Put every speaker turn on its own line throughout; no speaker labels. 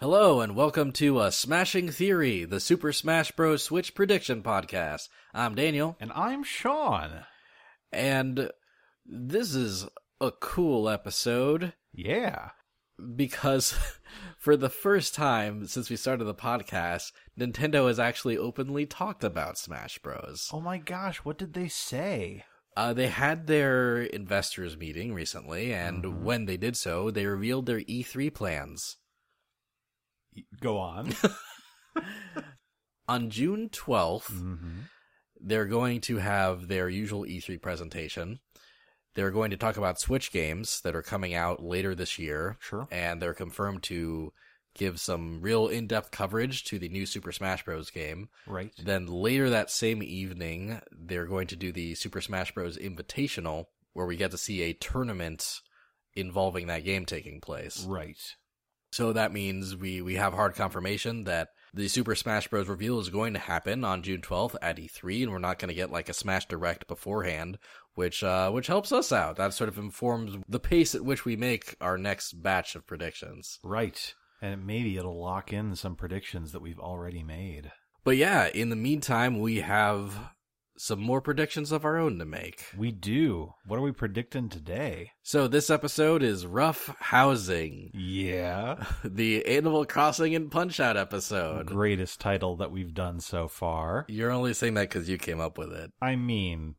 Hello and welcome to uh, Smashing Theory, the Super Smash Bros. Switch prediction podcast. I'm Daniel,
And I'm Sean.
and this is a cool episode
Yeah.
because for the first time since we started the podcast, Nintendo has actually openly talked about Smash Bros.
Oh my gosh, what did they say?
Uh, they had their investors meeting recently, and
Mhm.
when they did so, they revealed their E3 plans.
Go on.
On June 12th,
mm-hmm.
they're going to have their usual E3 presentation. They're going to talk about Switch games that are coming out later this year,
Sure.
and they're confirmed to give some real in depth coverage to the new Super Smash Bros. game.
Right.
Then later that same evening, they're going to do the Super Smash Bros. Invitational, where we get to see a tournament involving that game taking place.
Right.
So that means we, we have hard confirmation that the Super Smash Bros. reveal is going to happen on June 12th at E3, and we're not going to get like a Smash Direct beforehand, which uh, which helps us out. That sort of informs the pace at which we make our next batch of predictions.
Right. And maybe it'll lock in some predictions that we've already made.
But yeah, in the meantime, we have some more predictions of our own to make.
We do. What are we predicting today?
So this episode is rough housing,
Yeah.
the Animal Crossing and Punch Out episode.
Greatest title that we've done so far.
You're only saying that because you came up with it.
I mean,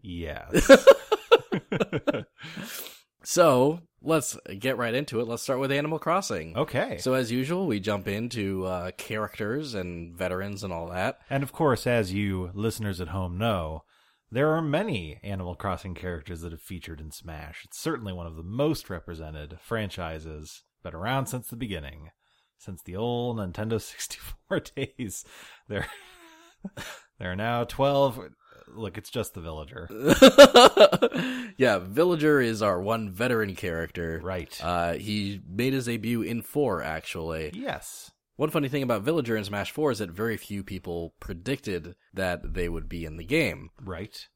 yes.
So let's get right into it. Let's start with Animal Crossing.
okay.
So as usual, we jump into uh, characters and veterans and all that.
And of course, as you listeners at home know, there are many Animal Crossing characters that have featured in Smash. It's certainly one of the most represented franchises, been around since the beginning, since the old Nintendo 64 days. There, there are now 12. Look, it's just the villager.
yeah, Villager is our one veteran character.
Right.
Uh, he made his debut in four, actually.
yes.
One funny thing about Villager in Smash Four is that very few people predicted that they would be in the game
Right.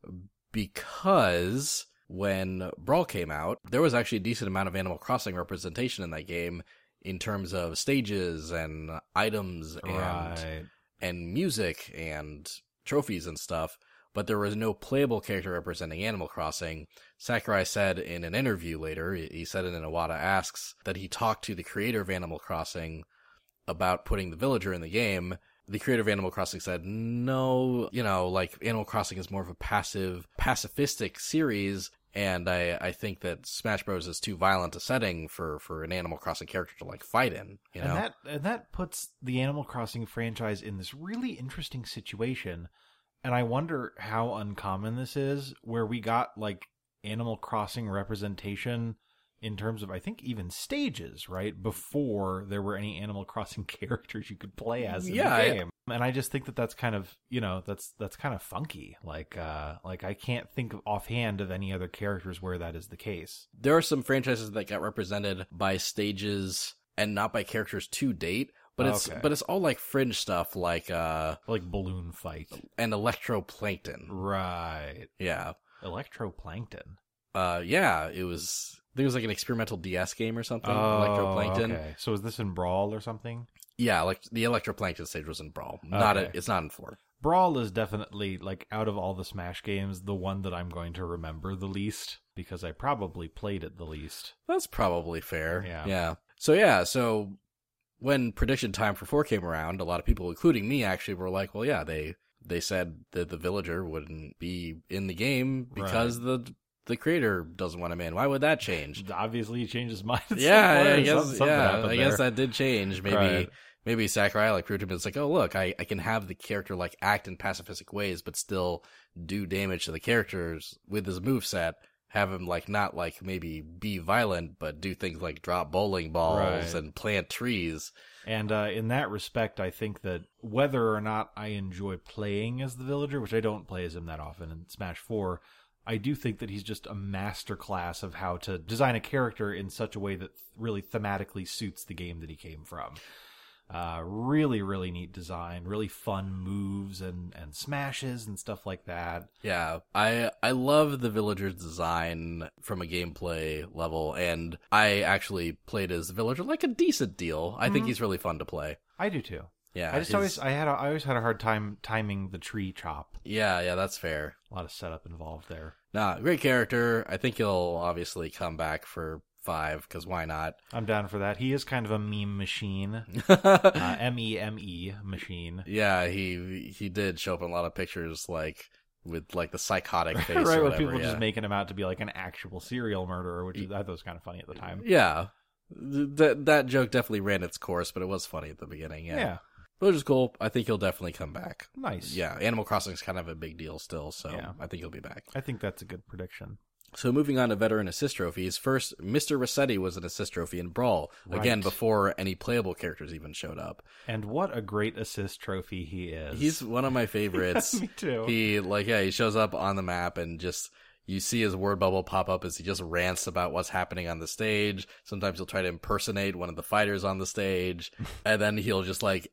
because when Brawl came out, there was actually a decent amount of Animal Crossing representation in that game in terms of stages and items and
Right.
and music and trophies and stuff, but there was no playable character representing Animal Crossing. Sakurai said in an interview later, he he said in an Iwata Asks, that he talked to the creator of Animal Crossing about putting the villager in the game. The creator of Animal Crossing said, no, you know, like Animal Crossing is more of a passive, pacifistic series. And I, I think that Smash Bros is too violent a setting for, for an Animal Crossing character to like fight in, you know?
And that and that puts the Animal Crossing franchise in this really interesting situation. And I wonder how uncommon this is where we got like Animal Crossing representation in terms of I think even stages, right? Before there were any Animal Crossing characters you could play as in
Yeah, I-
the game. and I just think that that's kind of, you know, that's that's kind of funky. Like uh like I can't think of offhand of any other characters where that is the case.
there are some franchises that got represented by stages and not by characters to date but it's
Okay.
but it's all like fringe stuff like uh
Like balloon fight.
an electroplankton
Right.
yeah
Electroplankton.
uh yeah it was I think it was like an experimental DS game or something.
Oh, Okay. So is this in Brawl or something?
Yeah, like the electroplankton stage was in Brawl. Not a,
Okay.
it's not in four.
Brawl is definitely like out of all the Smash games, the one that I'm going to remember the least because I probably played it the least.
That's probably fair.
Yeah.
Yeah. So yeah, so when prediction time for four came around, a lot of people, including me, actually were like, "Well, yeah, they they said that the villager wouldn't be in the game because the the creator doesn't want him in. Why would that change?"
Obviously, he changed his mind. at some point
yeah, I
or
guess
something- something
yeah,
happened
I guess
there.
that did change. Maybe
Right.
maybe Sakurai like proved to him it's like, "Oh, look, I I can have the character like act in pacifistic ways, but still do damage to the characters with his moveset." have him like not like maybe be violent, but do things like drop bowling balls
Right.
and plant trees.
And uh, in that respect, I think that whether or not I enjoy playing as the villager, which I don't play as him that often in Smash 4, I do think that he's just a masterclass of how to design a character in such a way that really thematically suits the game that he came from. Uh, really, really neat design, really fun moves and, and smashes and stuff like that.
Yeah, I I love the villager's design from a gameplay level, and I actually played as the villager like a decent deal. I think
Mhm.
he's really fun to play.
I do too.
Yeah,
I just
he's-
always I had a, I always had a hard time timing the tree chop.
yeah, yeah, that's fair.
A lot of setup involved there.
Nah, great character. I think he'll obviously come back for five because why not?
I'm down for that. He is kind of a meme machine. Uh, M E M E machine.
yeah, he he did show up in a lot of pictures, like with like the psychotic
right,
face, or
with
whatever.
people
yeah.
just making him out to be like an actual serial murderer, which is, I thought was kind of funny at the time.
yeah. Th- that that joke definitely ran its course, but it was funny at the beginning.
Yeah,
Yeah, which is cool. I think he'll definitely come back.
nice.
Yeah, Animal Crossing is kind of a big deal still, so
Yeah.
I think he'll be back.
I think that's a good prediction.
So moving on to veteran assist trophies. First, Mr. Rossetti was an assist trophy in Brawl again
Right.
before any playable characters even showed up.
And what a great assist trophy he is.
He's one of my favorites.
me too.
he like yeah, he shows up on the map and just you see his word bubble pop up as he just rants about what's happening on the stage. Sometimes he'll try to impersonate one of the fighters on the stage, and then he'll just like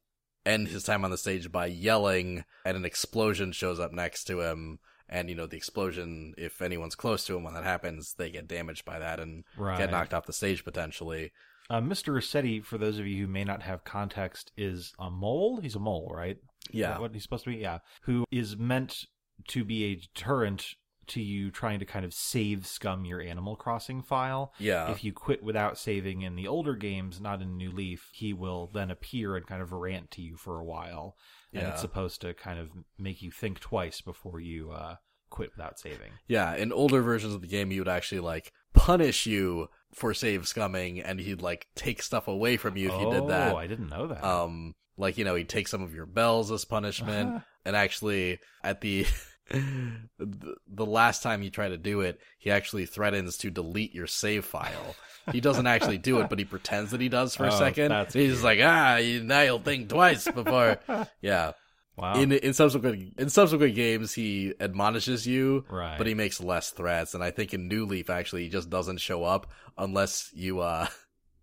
end his time on the stage by yelling, and an explosion shows up next to him. And you know the explosion. If anyone's close to him when that happens, they get damaged by that and
right.
get knocked off the stage potentially.
Uh, Mr. Rossetti, for those of you who may not have context, is a mole. He's a mole, right? Is
Yeah,
that what he's supposed to be? Yeah. Who is meant to be a deterrent to you trying to kind of save scum your Animal Crossing file.
yeah,
if you quit without saving in the older games, not in New Leaf, he will then appear and kind of rant to you for a while. And
yeah.
it's supposed to kind of make you think twice before you uh, quit without saving.
Yeah, in older versions of the game, he would actually like punish you for save scumming, and he'd like take stuff away from you if you did
Oh,
that.
I didn't know that.
Um, like you know, he'd take some of your bells as punishment,
Uh-huh.
and actually, at the the the last time you try to do it, he actually threatens to delete your save file. He doesn't actually do it, but he pretends that he does for a
Oh,
second.
that's
He's
cute.
like, ah, you, now you'll think twice before. yeah.
wow.
In in subsequent in subsequent games, he admonishes you
right.
but he makes less threats and i think in new leaf actually he just doesn't show up unless you uh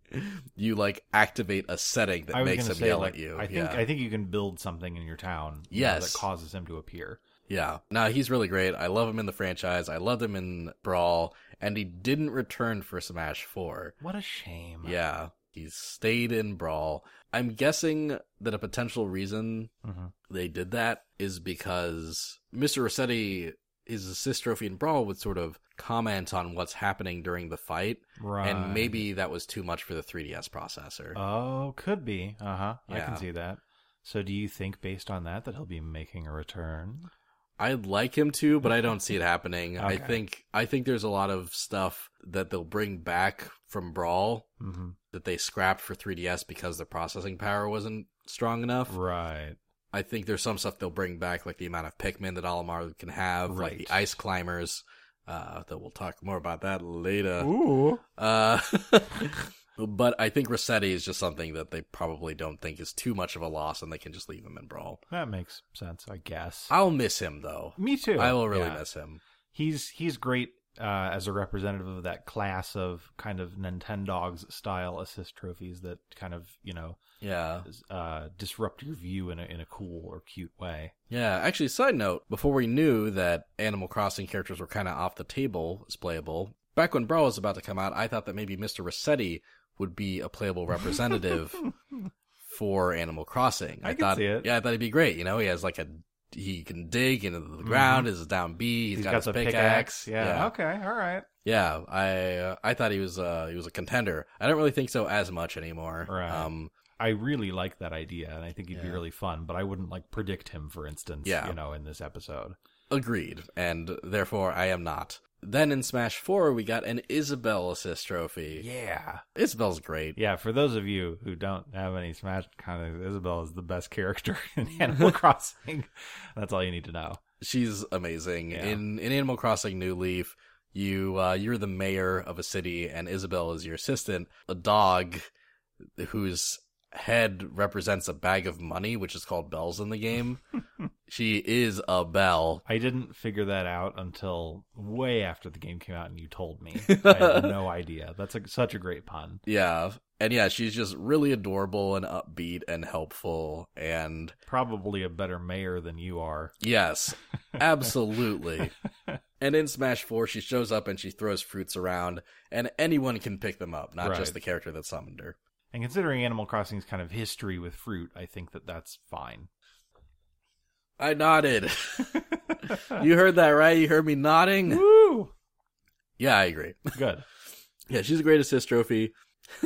you like activate a setting that
I was
makes
gonna
him
say,
yell
like,
at you
I think
yeah
I think you can build something in your town you know,
Yes.
that causes him to appear.
yeah now he's really great i love him in the franchise i loved him in brawl and he didn't return for smash 4
What a shame.
yeah he stayed in brawl i'm guessing that a potential reason
Mhm.
they did that is because Mr. Rossetti, his assist trophy in Brawl, would sort of comment on what's happening during the fight,
Right.
and maybe that was too much for the 3DS processor.
Oh, could be. Uh huh. I
Yeah.
can see that. So, do you think based on that that he'll be making a return?
I'd like him to, but I don't see it happening. I
Okay.
think I think there's a lot of stuff that they'll bring back from Brawl
Mm-hmm.
that they scrapped for 3DS because the processing power wasn't strong enough.
Right.
I think there's some stuff they'll bring back, like the amount of Pikmin that Alamar can have, like
Right.
the ice climbers. Uh, though we'll talk more about that later.
Ooh.
Uh, but I think Rossetti is just something that they probably don't think is too much of a loss, and they can just leave him in Brawl.
That makes sense, I guess.
I'll miss him though.
Me too.
I will really
Yeah.
miss him.
He's he's great uh, as a representative of that class of kind of Nintendogs style assist trophies that kind of you know
Yeah,
uh, disrupt your view in a in a cool or cute way.
yeah. Actually, side note: before we knew that Animal Crossing characters were kind of off the table as playable, back when Brawl was about to come out, I thought that maybe Mister Rossetti would be a playable representative for Animal Crossing.
I can
thought,
see it.
yeah, I thought he'd be great. You know, he has like a he can dig into the ground. Is a down B. he's got, his
Mm-hmm. the
pickaxe.
Yeah. Okay. All right.
Yeah, I uh, I thought he was uh he was a contender. I don't really think so as much anymore.
Right.
Um
I really like that idea, and I think he'd be
Yeah.
really fun. But I wouldn't like predict him, for instance.
Yeah.
You know, in this episode.
agreed, and therefore I am not. Then in Smash 4 we got an Isabelle assist trophy.
Yeah.
Isabelle's great.
Yeah, for those of you who don't have any Smash context, Isabelle is the best character in Animal Crossing. That's all you need to know.
She's amazing.
Yeah.
In in Animal Crossing New Leaf, you uh you're the mayor of a city and Isabelle is your assistant, a dog who's head represents a bag of money, which is called bells in the game. she is a bell.
I didn't figure that out until way after the game came out and you told me. I had no idea. That's a, such a great pun.
Yeah. And yeah, she's just really adorable and upbeat and helpful. And
Probably a better mayor than you are.
yes, absolutely. and in Smash 4, she shows up and she throws fruits around, and anyone can pick them up, not
Right.
just the character that summoned her.
And considering Animal Crossing's kind of history with fruit, I think that that's fine.
I nodded. you heard that, right? You heard me nodding?
Woo!
Yeah, I agree.
Good.
Yeah, she's a great assist trophy.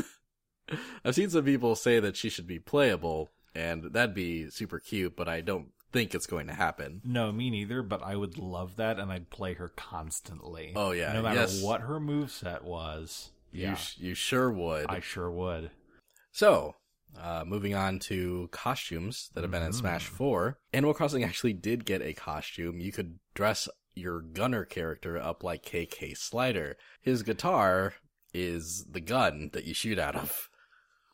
I've seen some people say that she should be playable, and that'd be super cute, but I don't think it's going to happen.
No, me neither, but I would love that and I'd play her constantly.
Oh, yeah,
No matter
yes.
what her moveset was.
You,
Yeah.
sh- you sure would.
I sure would.
So, uh, moving on to costumes that have been in
Mhm.
Smash 4. Animal Crossing actually did get a costume. You could dress your gunner character up like KK Slider. His guitar is the gun that you shoot out of.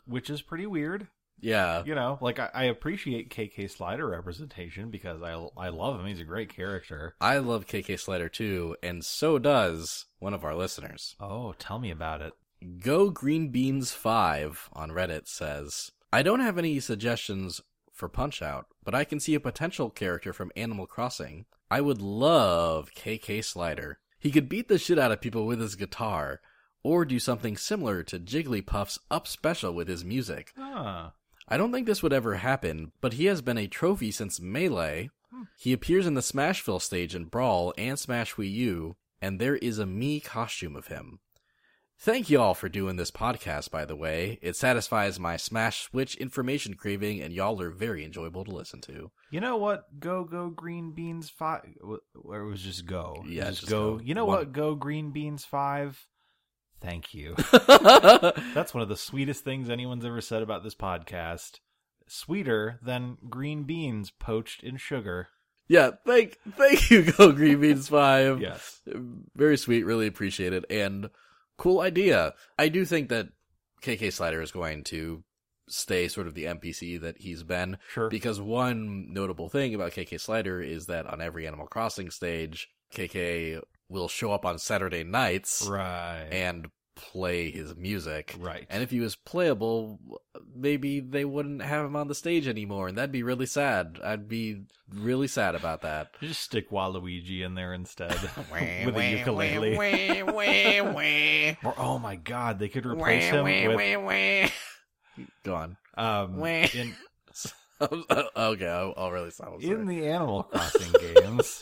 Which is pretty weird.
Yeah.
you know, like I, I appreciate KK Slider representation because I I love him. He's a great character.
I love KK Slider too, and so does one of our listeners.
Oh, tell me about it.
Go Green Beans 5 on Reddit says, I don't have any suggestions for Punch Out, but I can see a potential character from Animal Crossing. I would love KK Slider. He could beat the shit out of people with his guitar, or do something similar to Jigglypuff's Up Special with his music.
Huh.
I don't think this would ever happen, but he has been a trophy since Melee. He appears in the Smashville stage in Brawl and Smash Wii U, and there is a me costume of him. Thank y'all for doing this podcast, by the way. It satisfies my Smash Switch information craving, and y'all are very enjoyable to listen to.
You know what? Go go green beans five. Or it was just go. It was
Yeah,
just,
just
go.
go.
You know
One-
what? Go green beans five. Thank you. That's one of the sweetest things anyone's ever said about this podcast. Sweeter than green beans poached in sugar.
yeah, thank thank you, Go Green Beans 5.
Yes.
very sweet really appreciate it and cool idea i do think that kk slider is going to stay sort of the npc that he's been
Sure.
because one notable thing about kk slider is that on every animal crossing stage kk will show up on saturday nights
right.
and play his music
right.
and if he was playable maybe they wouldn't have him on the stage anymore and that'd be really sad i'd be really sad about that
Just stick Waluigi in there instead with a ukulele. Or oh my god, they could replace him with
Go on.
um
wah.
in,
uh, okay, I'll, I'll really stop. I'm sorry.
in the Animal Crossing games.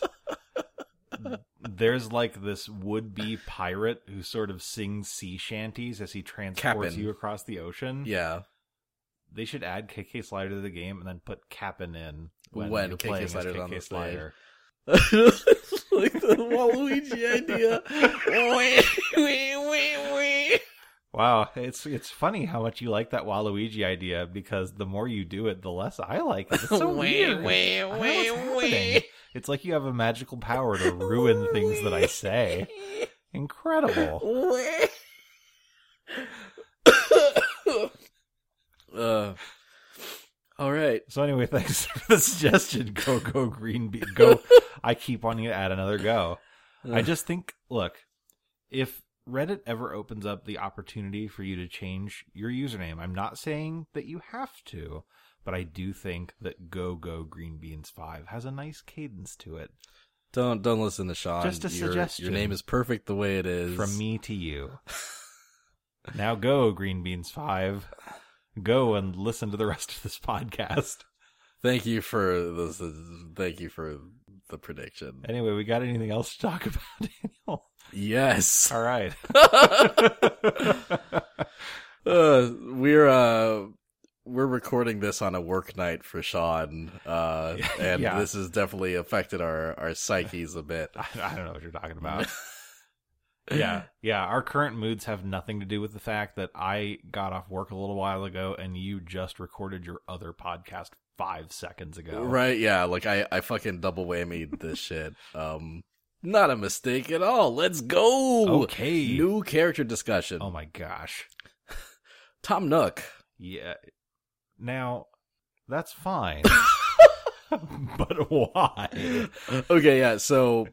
There's like this would-be pirate who sort of sings sea shanties as he transports
Cap'n.
you across the ocean.
yeah,
They should add KK Slider to the game and then put Cap'n in when,
When
you're
KK
playing as
Slider's
KK
on the stage.
Slider.
like the Waluigi idea.
Wow, it's it's funny how much you like that Waluigi idea because the more you do it, the less I like it. It's so weird. I don't know what's happening. It's like you have a magical power to ruin things that I say. Incredible.
uh, all right.
So anyway, thanks for the suggestion. Go go green be go. I keep wanting to add another go. I just think look, if Reddit ever opens up the opportunity for you to change your username, I'm not saying that you have to, but I do think that go go green beans 5 has a nice cadence to it
Don't don't listen to Sean.
Just a
Your-
suggestion.
Your name is perfect the way it is.
from me to you. now go green beans 5. Go and listen to the rest of this podcast.
Thank you for this. Thank you for the prediction.
Anyway, we got anything else to talk about, Daniel?
Yes.
All right.
uh, we're uh we're recording this on a work night for Sean, uh, and
Yeah.
this has definitely affected our our psyches a bit.
I, I don't know what you're talking about. yeah. Yeah. Our current moods have nothing to do with the fact that I got off work a little while ago and you just recorded your other podcast five seconds ago.
Right? Yeah. Like I I fucking double whammied this shit. Um, not a mistake at all. Let's go.
Okay.
New character discussion.
Oh my gosh.
Tom Nook.
Yeah. Now, that's fine. but why?
okay, yeah. So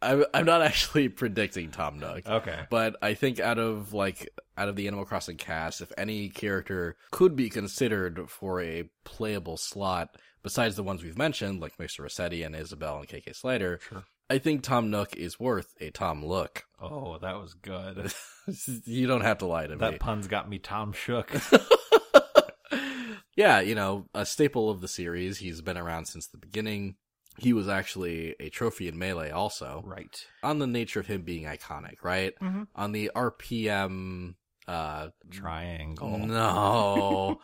I'm I'm not actually predicting Tom Nook,
Okay.
but I think out of like out of the Animal Crossing cast, if any character could be considered for a playable slot besides the ones we've mentioned, like Mr. Rossetti and Isabel and KK Slater,
Sure.
I think Tom Nook is worth a Tom look.
Oh, that was good.
you don't have to lie to me.
That pun's got me Tom shook.
yeah, you know, a staple of the series. He's been around since the beginning. He was actually a trophy in Melee also.
right.
On the nature of him being iconic, right?
Mhm.
On the RPM uh
Triangle.
no.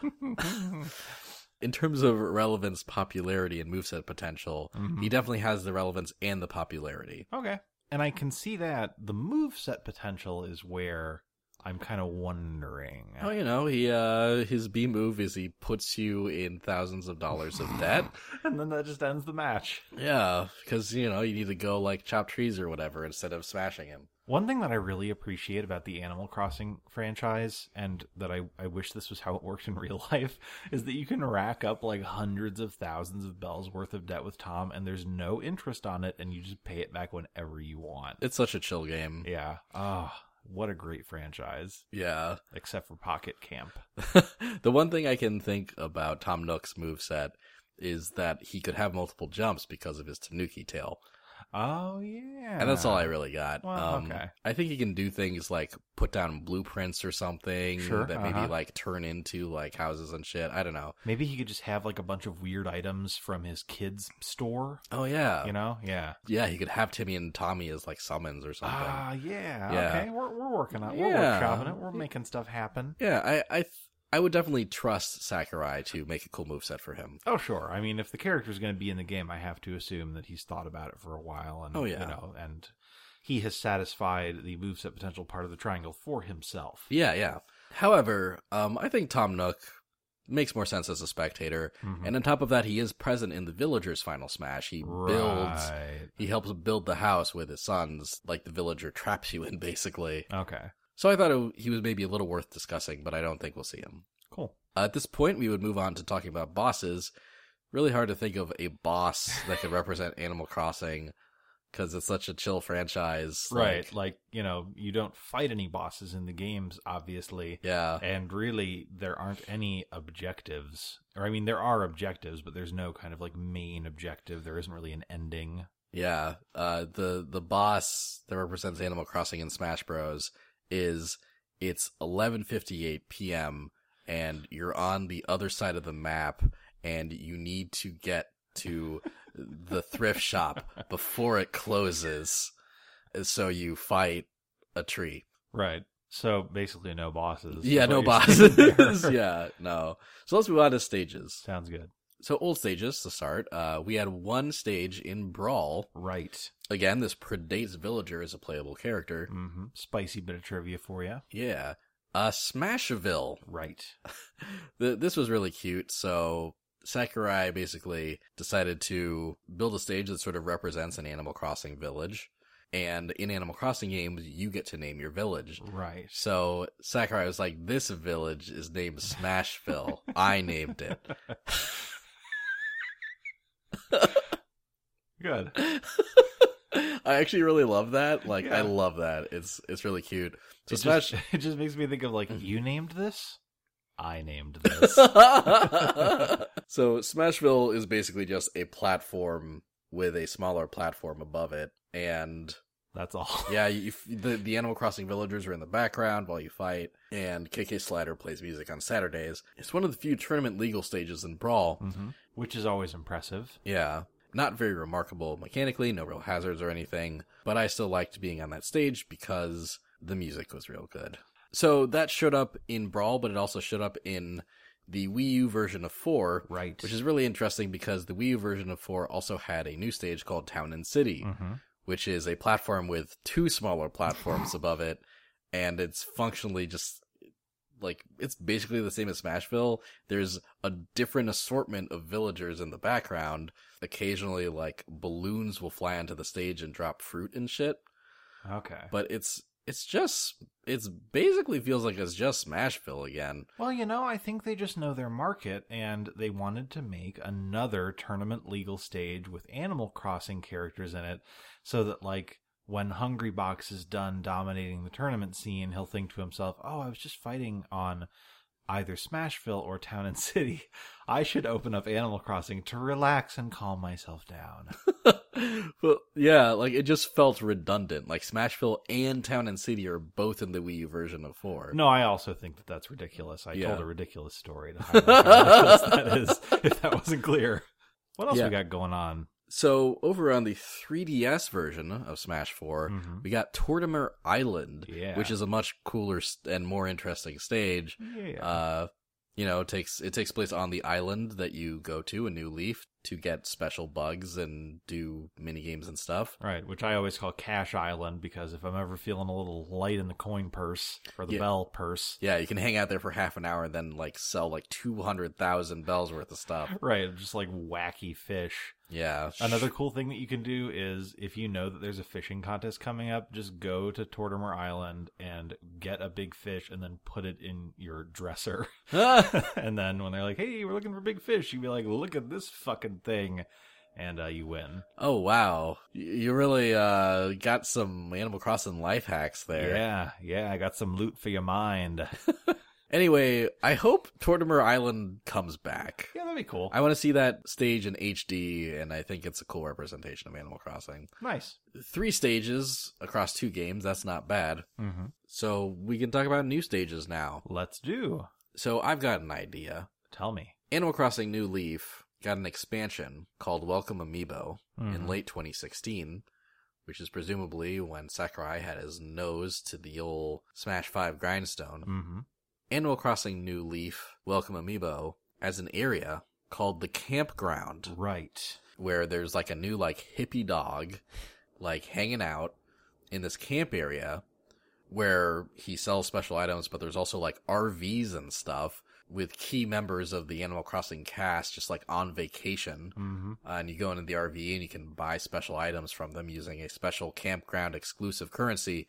In terms of relevance, popularity, and moveset potential,
Mhm.
he definitely has the relevance and the popularity.
Okay. And I can see that the move set potential is where I'm kind of wondering.
Oh, you know, he uh his B move is he puts you in thousands of dollars of debt.
And then that just ends the match.
Yeah, because you know you need to go like chop trees or whatever instead of smashing him.
One thing that I really appreciate about the Animal Crossing franchise, and that I, I wish this was how it worked in real life, is that you can rack up like hundreds of thousands of bells worth of debt with Tom, and there's no interest on it, and you just pay it back whenever you want.
It's such a chill game.
Yeah. Ah, what a great franchise.
Yeah.
Except for Pocket Camp.
the one thing I can think about Tom Nook's moveset is that he could have multiple jumps because of his Tanuki tail.
Oh yeah.
And that's all I really got.
Ah.
Um,
Well, okay.
I think he can do things like put down blueprints or something
Sure,
that
uh-huh.
maybe like turn into like houses and shit. I don't know.
Maybe he could just have like a bunch of weird items from his kids' store.
Oh yeah.
You know? Yeah.
yeah, he could have Timmy and Tommy as like summons or something.
Ah, yeah.
Yeah.
Okay, we're we're working on it. We're
Yeah.
workshopping it. We're making stuff happen.
yeah, I I th- I would definitely trust Sakurai to make a cool moveset for him.
Oh, sure. I mean, if the character's going to be in the game, I have to assume that he's thought about it for a while, and
Oh, yeah.
you know, and he has satisfied the moveset potential part of the triangle for himself.
Yeah, yeah. However, um, I think Tom Nook makes more sense as a spectator.
Mhm.
And on top of that, he is present in the villagers' final smash. He builds,
Right.
he helps build the house with his sons, like the villager traps you in, basically.
Okay.
So I thought it, he was maybe a little worth discussing, but I don't think we'll see him.
Cool.
Uh, at this point, we would move on to talking about bosses. Really hard to think of a boss that could represent Animal Crossing because it's such a chill franchise.
Right.
like-
like you know, you don't fight any bosses in the games, obviously.
yeah.
and really there aren't any objectives or i mean there are objectives but there's no kind of like main objective there isn't really an ending
Yeah, uh, the the boss that represents Animal Crossing in Smash Bros. is it's 11:58 p.m. and you're on the other side of the map, and you need to get to the thrift shop before it closes. So you fight a tree.
right so basically no bosses
yeah,
is
no
what you're saying
bosses.
there.
yeah, no. So let's move on to stages.
sounds good
So old stages to start. Uh, we had one stage in Brawl
right
Again, this predates Villager as a playable character.
hmm spicy bit of trivia for you
Yeah. Uh, Smashville.
right
Th- this was really cute. So Sakurai basically decided to build a stage that sort of represents an Animal Crossing village. And in Animal Crossing games, you get to name your village.
right
So Sakurai was like, this village is named Smashville. I named it.
good
I actually really love that. Like, I
Yeah.
love that. It's, it's really cute. So Mm-hmm.
it,
Smash,
just, it just makes me think of like you named this i named this
so Smashville is basically just a platform with a smaller platform above it, and
that's all
yeah, you, the the Animal Crossing villagers are in the background while you fight, and KK Slider plays music on Saturdays. It's one of the few tournament legal stages in Brawl.
hmm which is always impressive
Yeah. Not very remarkable mechanically, no real hazards or anything, but I still liked being on that stage because the music was real good. So that showed up in Brawl, but it also showed up in the Wii U version of 4,
right
which is really interesting because the Wii U version of 4 also had a new stage called Town and City,
hmm
which is a platform with two smaller platforms above it, and it's functionally just like it's basically the same as Smashville. There's a different assortment of villagers in the background. Occasionally, like balloons will fly onto the stage and drop fruit and shit,
okay
but it's It's just it's basically feels like it's just Smashville again.
Well, you know, I think they just know their market and they wanted to make another tournament legal stage with Animal Crossing characters in it so that, like, when Hungrybox is done dominating the tournament scene, he'll think to himself, oh, I was just fighting on either Smashville or Town and City. I should open up Animal Crossing to relax and calm myself down.
well, yeah, like it just felt redundant. Like Smashville and Town and City are both in the Wii U version of four.
No, I also think that that's ridiculous. I
Yeah.
told a ridiculous story to highlight how ridiculous that is, if that wasn't clear. What else
Yeah.
we got going on?
So over on the 3DS version of Smash 4
Mhm.
we got Tortimer Island,
Yeah.
which is a much cooler s- and more interesting stage.
Yeah.
Uh, you know, it takes it takes place on the island that you go to in New Leaf to get special bugs and do mini games and stuff.
Right, which I always call Cash Island because if I'm ever feeling a little light in the coin purse or the
Yeah.
bell purse,
Yeah, you can hang out there for half an hour and then like sell like two hundred thousand bells worth of stuff.
right, just like wacky fish.
Yeah,
Another cool thing that you can do is if you know that there's a fishing contest coming up, just go to Tortimer Island and get a big fish and then put it in your dresser. and then when they're like, "Hey, we're looking for big fish," you'd be like, "Look at this fucking thing," and uh, you win.
oh wow, Y- you really uh got some Animal Crossing life hacks there.
Yeah, yeah, I got some loot for your mind.
Anyway, I hope Tortimer Island comes back.
Yeah, that'd be cool.
I want to see that stage in HD, and I think it's a cool representation of Animal Crossing.
nice.
Three stages across two games, that's not bad.
Mm-hmm.
So we can talk about new stages now.
Let's do.
So I've got an idea.
Tell me.
Animal Crossing New Leaf got an expansion called Welcome Amiibo in
Mhm.
late 2016, which is presumably when Sakurai had his nose to the old Smash 5 grindstone.
Mm-hmm.
Animal Crossing New Leaf Welcome Amiibo as an area called the campground
Right.
where there's like a new like hippie dog like hanging out in this camp area where he sells special items but there's also like RVs and stuff with key members of the Animal Crossing cast just like on vacation
Mm-hmm.
uh, and you go into the RV and you can buy special items from them using a special campground exclusive currency.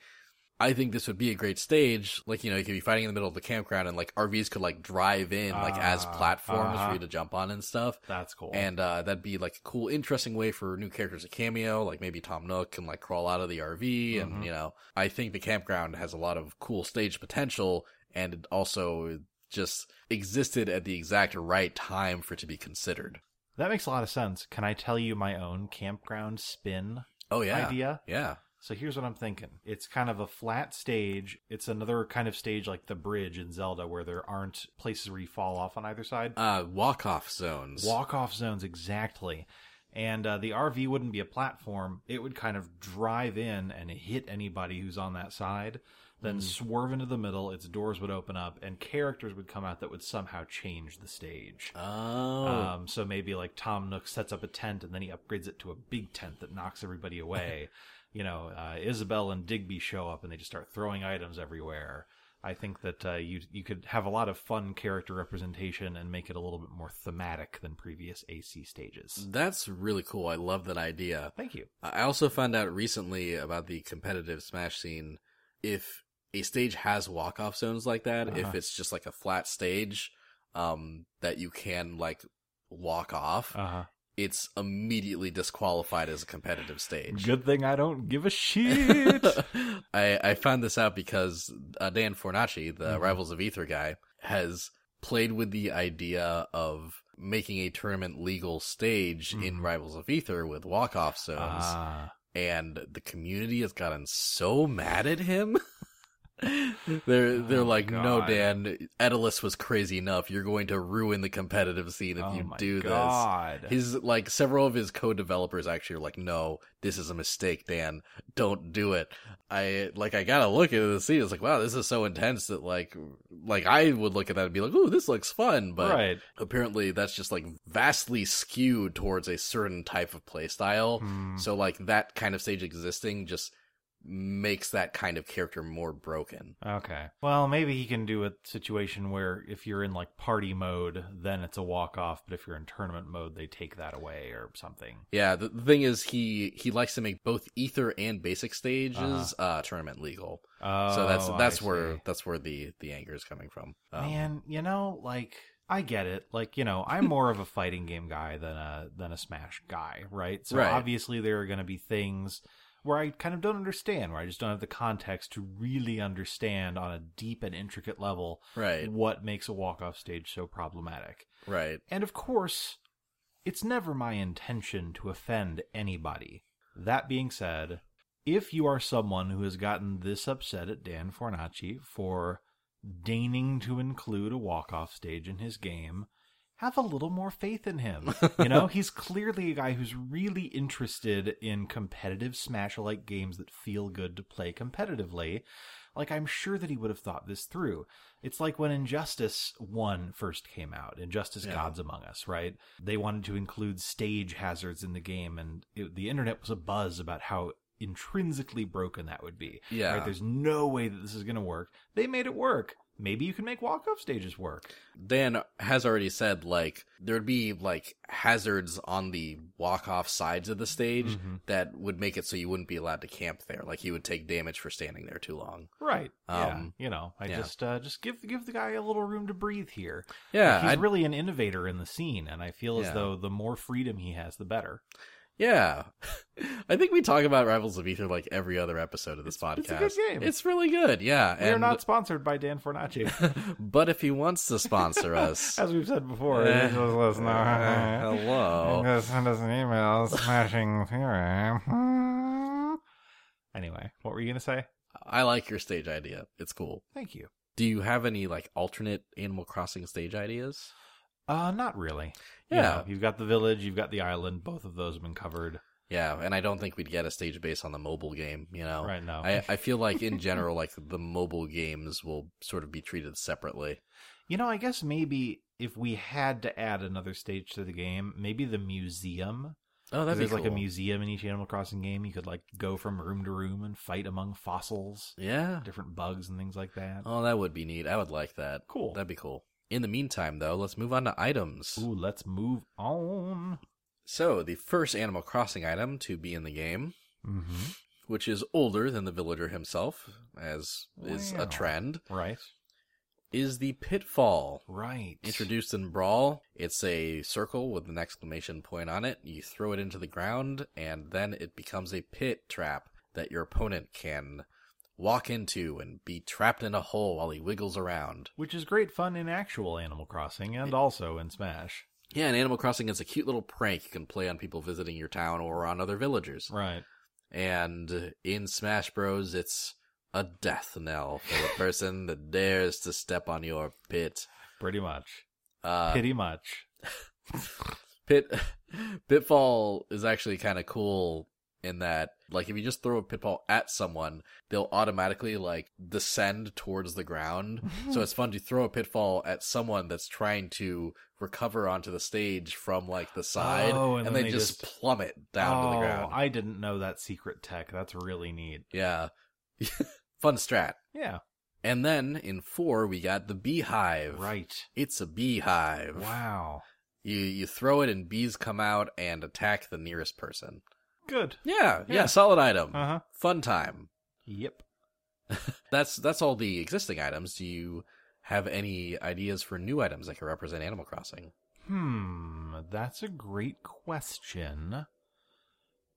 I think this would be a great stage. Like, you know, you could be fighting in the middle of the campground and like RVs could like drive in like as
Ah,
platforms
uh-huh.
for you to jump on and stuff.
That's cool.
And uh, that'd be like a cool, interesting way for new characters to cameo. Like maybe Tom Nook can like crawl out of the RV,
Mhm.
and you know, I think the campground has a lot of cool stage potential, and it also just existed at the exact right time for it to be considered.
that makes a lot of sense. Can I tell you my own campground spin
Oh yeah,
idea?
yeah.
So here's what I'm thinking. It's kind of a flat stage. It's another kind of stage like the bridge in Zelda where there aren't places where you fall off on either side.
uh walk off zones.
Walk off zones, exactly. And uh, the RV wouldn't be a platform. It would kind of drive in and hit anybody who's on that side, then
Mm.
swerve into the middle. Its doors would open up, and characters would come out that would somehow change the stage.
Oh.
Um, so maybe like Tom Nook sets up a tent and then he upgrades it to a big tent that knocks everybody away. you know, uh, Isabel and Digby show up and they just start throwing items everywhere. I think that uh, you you could have a lot of fun character representation and make it a little bit more thematic than previous AC stages.
that's really cool. I love that idea.
Thank you.
I also found out recently about the competitive Smash scene. If a stage has walk off zones like that,
Uh-huh.
if it's just like a flat stage um, that you can like walk off,
Uh huh.
it's immediately disqualified as a competitive stage.
Good thing I don't give a shit.
I, I found this out because uh, Dan Fornacci, the
Mhm.
Rivals of Ether guy, has played with the idea of making a tournament legal stage in
Mhm.
Rivals of Ether with walk off zones,
Ah.
and the community has gotten so mad at him. they're they're
Oh,
like, no,
God.
Dan, Edelus was crazy enough. You're going to ruin the competitive scene if
oh
you
my
do this.
God.
His like several of his co-developers actually are like, no, this is a mistake, Dan. Don't do it. I like I gotta look at the scene. It's like, wow, this is so intense that like like I would look at that and be like, ooh, this looks fun. But
right.
apparently that's just like vastly skewed towards a certain type of playstyle.
Hmm.
So like that kind of stage existing just makes that kind of character more broken.
Okay. Well, maybe he can do a situation where if you're in like party mode, then it's a walk off, but if you're in tournament mode, they take that away or something.
Yeah, the, the thing is, he he likes to make both ether and basic stages
Uh-huh.
uh tournament legal.
Oh,
so that's that's
I
where
see.
that's where the the anger is coming from. Um,
Man, you know, like I get it. Like, you know, I'm more of a fighting game guy than a than a smash guy, right? So
Right.
obviously there are going to be things where I kind of don't understand, where I just don't have the context to really understand on a deep and intricate level
right,
what makes a walk-off stage so problematic.
right,
And of course, it's never my intention to offend anybody. That being said, if you are someone who has gotten this upset at Dan Fornacci for deigning to include a walk-off stage in his game, have a little more faith in him. You know, he's clearly a guy who's really interested in competitive Smash-like games that feel good to play competitively. Like, I'm sure that he would have thought this through. It's like when Injustice 1 first came out, Injustice
Yeah.
Gods Among Us, right? They wanted to include stage hazards in the game, and it, the internet was abuzz about how intrinsically broken that would be.
yeah.
Right? There's no way that this is going to work. They made it work. Maybe you can make walk-off stages work.
Dan has already said like there'd be like hazards on the walk off sides of the stage
Mm-hmm.
that would make it so you wouldn't be allowed to camp there. Like you would take damage for standing there too long.
Right.
Um,
yeah. You know, I
yeah.
just uh, just give give the guy a little room to breathe here.
Yeah,
He's
I'd-
really an innovator in the scene, and I feel
Yeah.
as though the more freedom he has, the better.
yeah. I think we talk about Rivals of Ether like every other episode of this podcast.
it's a good game.
It's really good. Yeah,
We are not sponsored by Dan Fornacci,
but if he wants to sponsor us,
as we've said before.
eh,
Just listen.
uh, hello.
Just send us an email, smashing theorem. Anyway, what were you gonna say?
I like your stage idea. It's cool.
Thank you.
Do you have any like alternate Animal Crossing stage ideas?
Uh, not really. You
Yeah.
know, you've got the village, you've got the island. Both of those have been covered
Yeah, and I don't think we'd get a stage based on the mobile game, you know.
right now.
I, I feel like in general, like the mobile games will sort of be treated separately.
You know, I guess maybe if we had to add another stage to the game, maybe the museum.
Oh,
'Cause there's like a museum in each Animal Crossing game. You could like go from room to room and fight among fossils,
Yeah.
different bugs and things like that.
Oh, that would be neat. I would like that.
cool.
That'd be cool. In the meantime, though, let's move on to items.
Ooh, let's move on.
So, the first Animal Crossing item to be in the game,
Mm-hmm.
which is older than the villager himself, as is
Wow.
a trend,
Right.
is the pitfall.
Right.
Introduced in Brawl, it's a circle with an exclamation point on it. You throw it into the ground, and then it becomes a pit trap that your opponent can walk into and be trapped in a hole while he wiggles around.
Which is great fun in actual Animal Crossing and also in Smash.
Yeah, in Animal Crossing, it's a cute little prank you can play on people visiting your town or on other villagers.
Right.
And in Smash Bros, it's a death knell for the person that dares to step on your pit.
Pretty much.
Uh,
Pretty much.
pit pitfall is actually kind of cool in that like if you just throw a pitfall at someone they'll automatically like descend towards the ground so it's fun to throw a pitfall at someone that's trying to recover onto the stage from like the side
Oh,
and, they, just, plummet down to the
Oh,
ground
I didn't know that secret tech. That's really neat.
yeah fun strat
Yeah.
and then in four we got the beehive
Right.
it's a beehive
Wow.
you you throw it and bees come out and attack the nearest person
Good.
Yeah, yeah,
Yeah.
solid item.
Uh huh.
Fun time.
Yep.
That's that's all the existing items. Do you have any ideas for new items that can represent Animal Crossing?
Hmm. That's a great question.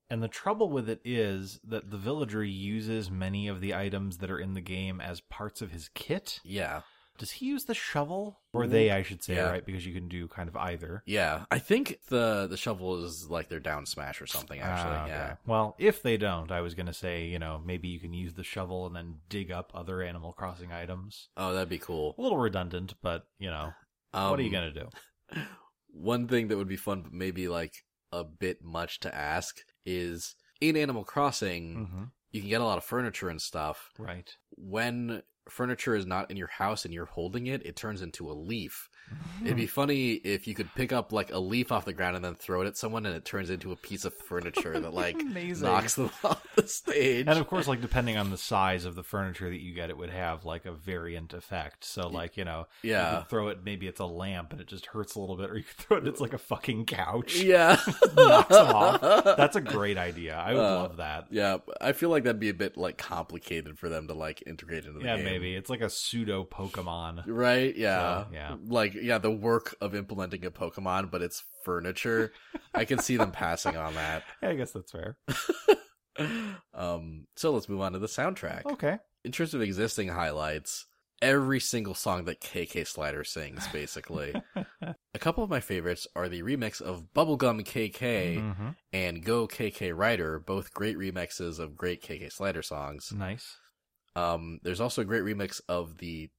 And the trouble with it is that the villager uses many of the items that are in the game as parts of his kit.
Yeah.
Does he use the shovel? Or they, I should say,
Yeah.
right? Because you can do kind of either.
Yeah. I think the the shovel is like their down smash or something actually.
Ah, okay.
Yeah.
Well, if they don't, I was going to say, you know, maybe you can use the shovel and then dig up other Animal Crossing items.
Oh, that'd be cool.
A little redundant, but, you know,
Um,
what are you going to do?
One thing that would be fun but maybe like a bit much to ask is in Animal Crossing, mm.
Mm-hmm.
you can get a lot of furniture and stuff.
Right.
When furniture is not in your house and you're holding it, it turns into a leaf. It'd
Hmm.
be funny if you could pick up like a leaf off the ground and then throw it at someone and it turns into a piece of furniture that like
Amazing.
knocks them off the stage.
And of course, like depending on the size of the furniture that you get, it would have like a variant effect. So like you know, you
yeah.
could throw it. Maybe it's a lamp, and it just hurts a little bit, or you could throw it. and It's like a fucking couch.
Yeah.
Knocks them off. That's a great idea. I would
Uh,
love that.
yeah, I feel like that'd be a bit like complicated for them to like integrate into the
Yeah,
game.
maybe it's like a pseudo Pokemon.
Right? Yeah.
So, yeah.
Like yeah, the work of implementing a Pokemon, but it's furniture. I can see them passing on that.
Yeah, I guess that's fair.
Um so let's move on to the soundtrack.
Okay.
In terms of existing highlights, every single song that KK Slider sings basically. a couple of my favorites are the remix of Bubblegum KK
Mhm.
and Go KK Rider, both great remixes of great KK Slider songs.
Nice.
Um, there's also a great remix of the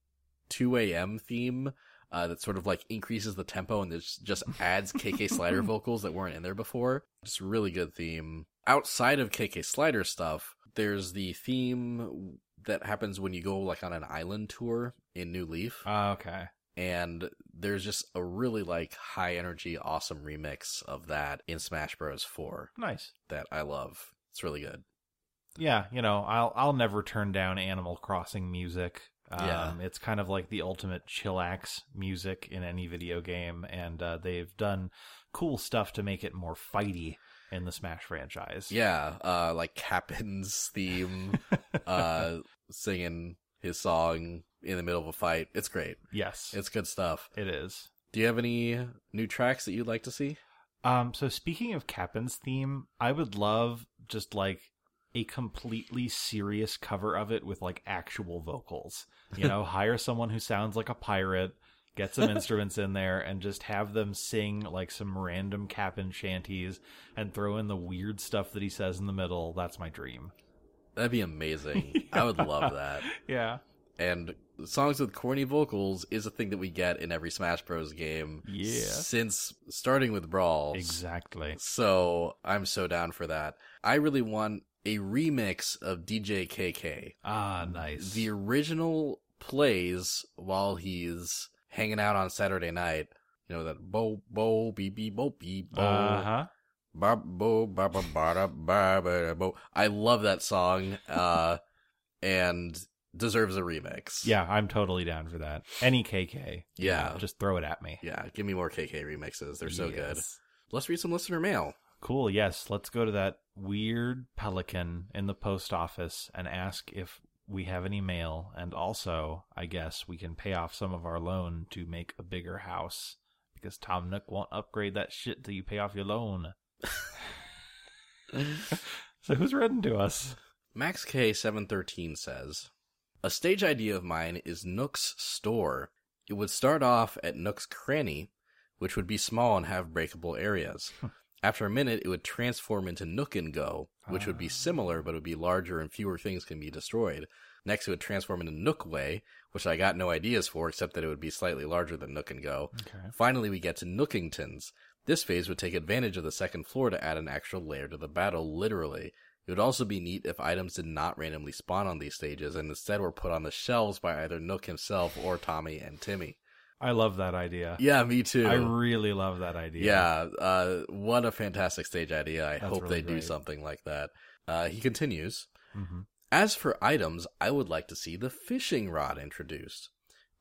2 a.m. theme uh, that sort of like increases the tempo and this just adds KK Slider vocals that weren't in there before. Just a really good theme. Outside of KK Slider stuff, there's the theme that happens when you go like on an island tour in New Leaf,
Uh, okay.
and there's just a really like high energy, awesome remix of that in Smash Bros. 4
Nice.
that I love. It's really good.
Yeah, you know, I'll I'll never turn down Animal Crossing music. Um,
Yeah.
it's kind of like the ultimate chillax music in any video game, and uh, they've done cool stuff to make it more fighty in the Smash franchise.
Yeah, uh, like Captain's theme, uh, singing his song in the middle of a fight. It's great.
yes, it's
It's good stuff.
it is.
Do you have any new tracks that you'd like to see?
Um, so speaking of Cappen's theme, I would love just like a completely serious cover of it with like actual vocals. You know, hire someone who sounds like a pirate, get some instruments in there, and just have them sing like some random Cappen shanties and throw in the weird stuff that he says in the middle. That's my dream.
That'd be amazing. I would love that.
Yeah.
And songs with corny vocals is a thing that we get in every Smash Bros. game.
Yeah.
Since starting with Brawl.
Exactly.
So I'm so down for that. I really want a remix of DJ KK.
Ah, nice.
the original plays while he's hanging out on Saturday night. You know that bo bo beep beep bo beep bo
uh huh.
ba bo ba ba ba da ba ba da bo. I love that song, uh, and deserves a remix.
Yeah, I'm totally down for that. Any KK.
Yeah.
Just throw it at me.
yeah. Give me more KK remixes. They're so good.
Yes.
Let's read some listener mail.
Cool. Yes. Let's go to that weird pelican in the post office and ask if we have any mail. And also, I guess we can pay off some of our loan to make a bigger house because Tom Nook won't upgrade that shit till you pay off your loan. so who's written to us?
Max K713 says, A stage idea of mine is Nook's store. It would start off at Nook's cranny, which would be small and have breakable areas. After a minute, it would transform into Nook and Go, which would be
Ah.
similar, but it would be larger and fewer things can be destroyed. Next, it would transform into Nook Way, which I got no ideas for, except that it would be slightly larger than Nook and Go.
Okay.
Finally, we get to Nookingtons. This phase would take advantage of the second floor to add an extra layer to the battle, literally. It would also be neat if items did not randomly spawn on these stages and instead were put on the shelves by either Nook himself or Tommy and Timmy.
I love that idea.
Yeah, me too.
I really love that idea.
yeah, uh, what a fantastic stage idea. I
That's
hope
really
they do
great.
something like that. Uh, he continues.
hmm
As for items, I would like to see the fishing rod introduced.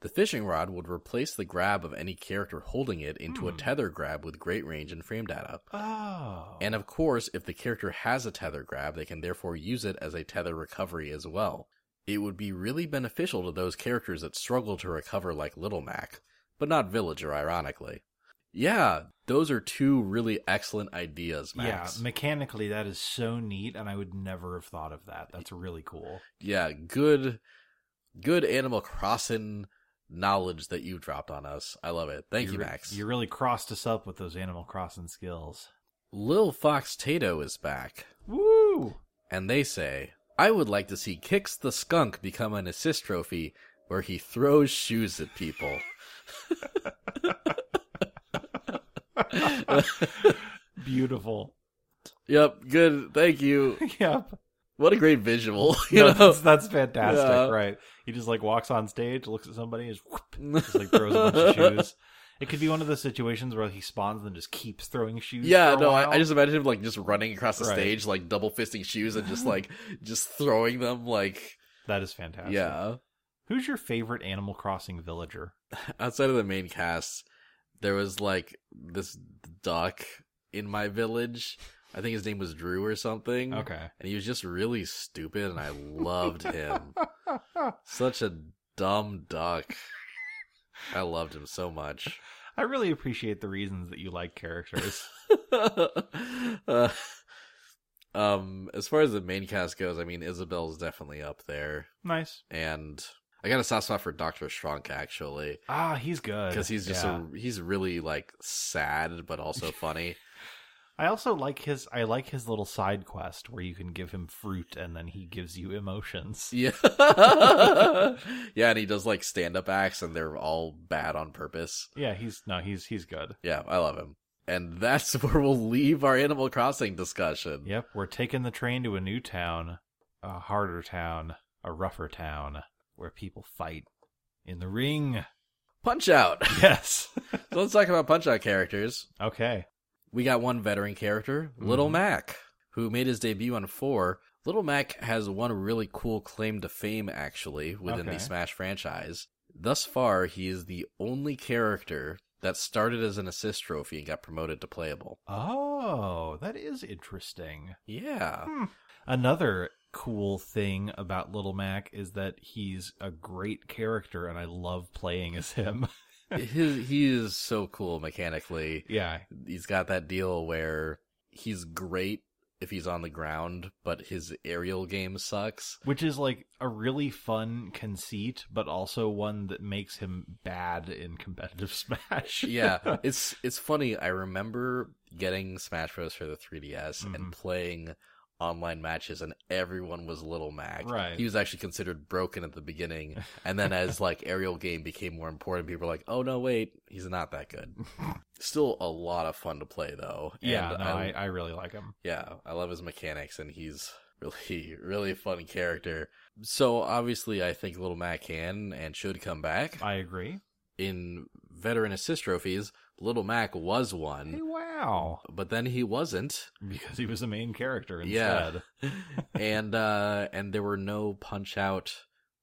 The fishing rod would replace the grab of any character holding it into a
Hmm.
tether grab with great range and frame data.
Oh.
And of course, if the character has a tether grab, they can therefore use it as a tether recovery as well. It would be really beneficial to those characters that struggle to recover like Little Mac, but not Villager, ironically. Yeah, those are two really excellent ideas, Max.
Yeah, mechanically that is so neat, and I would never have thought of that. That's really cool.
yeah, good, good Animal Crossing knowledge that you dropped on us. I love it. Thank you
re-
Max.
You really crossed us up with those Animal Crossing skills.
Lil Fox Tato is back,
Woo!
and they say, I would like to see Kicks the Skunk become an assist trophy where he throws shoes at people.
Beautiful.
Yep, good. Thank you.
yep.
What a great visual. You
No,
know?
that's, that's fantastic,
Yeah.
right? He just like walks on stage, looks at somebody, and just, whoop, just like throws a bunch of shoes. It could be one of those situations where he spawns and just keeps throwing shoes.
Yeah,
for a
no, I, I
while.
just imagine him like just running across the
Right.
stage, like double fisting shoes and just like just throwing them like
that is fantastic.
Yeah.
Who's your favorite Animal Crossing villager?
Outside of the main cast, there was like this duck in my village. I think his name was Drew or something.
Okay.
And he was just really stupid and I loved him. Such a dumb duck. I loved him so much.
I really appreciate the reasons that you like characters.
Uh, um, as far as the main cast goes, I mean, Isabel's definitely up there,
nice.
and I got a soft spot for Doctor Strunk actually,
Ah, he's good
because he's just
Yeah.
a, he's really like sad but also funny.
I also like his. I like his little side quest where you can give him fruit and then he gives you emotions.
yeah, yeah, and he does like stand up acts, and they're all bad on purpose.
Yeah, he's no, he's he's good.
Yeah, I love him, and that's where we'll leave our Animal Crossing discussion.
Yep, we're taking the train to a new town, a harder town, a rougher town where people fight in the ring.
Punch out.
Yes.
so let's talk about punch out characters.
okay.
We got one veteran character, Little
Mhm.
Mac, who made his debut on 4. Little Mac has one really cool claim to fame, actually, within
Okay.
the Smash franchise. Thus far, he is the only character that started as an assist trophy and got promoted to playable.
Oh, that is interesting. Hmm.
Yeah.
Another cool thing about Little Mac is that he's a great character and I love playing as him.
His, he is so cool mechanically.
yeah.
He's got that deal where he's great if he's on the ground, but his aerial game sucks.
Which is like a really fun conceit, but also one that makes him bad in competitive Smash.
yeah, it's it's funny. I remember getting Smash Bros for the 3DS
Mhm.
and playing online matches, and everyone was Little Mac.
Right.
He was actually considered broken at the beginning, and then as like aerial game became more important, people were like, "Oh no, wait, he's not that good." Still a lot of fun to play though.
yeah,
and
no, I, I really like him.
yeah, I love his mechanics, and he's really really a fun character. So obviously, I think Little Mac can and should come back
I agree.
in veteran assist trophies, Little Mac was
Hey,
one,
wow.
but then he wasn't,
Because he was the main character
Yeah.
instead.
and uh, and there were no punch out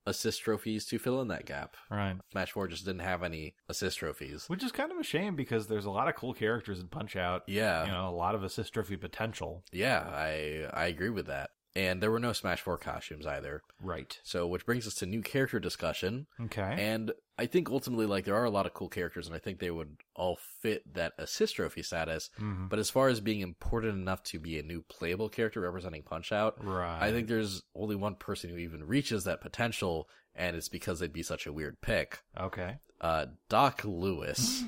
assist trophies to fill in that gap.
Right.
Smash Four just didn't have any assist trophies.
Which is kind of a shame because there's a lot of cool characters in Punch Out.
Yeah,
You know, a lot of assist trophy potential.
yeah, I I agree with that. And there were no Smash Four costumes either.
Right.
So, which brings us to new character discussion.
Okay.
And I think ultimately, like, there are a lot of cool characters, and I think they would all fit that assist trophy status.
Mhm.
But as far as being important enough to be a new playable character representing Punch Out,
Right.
I think there's only one person who even reaches that potential, and it's because they'd be such a weird pick.
Okay.
Uh, Doc Lewis,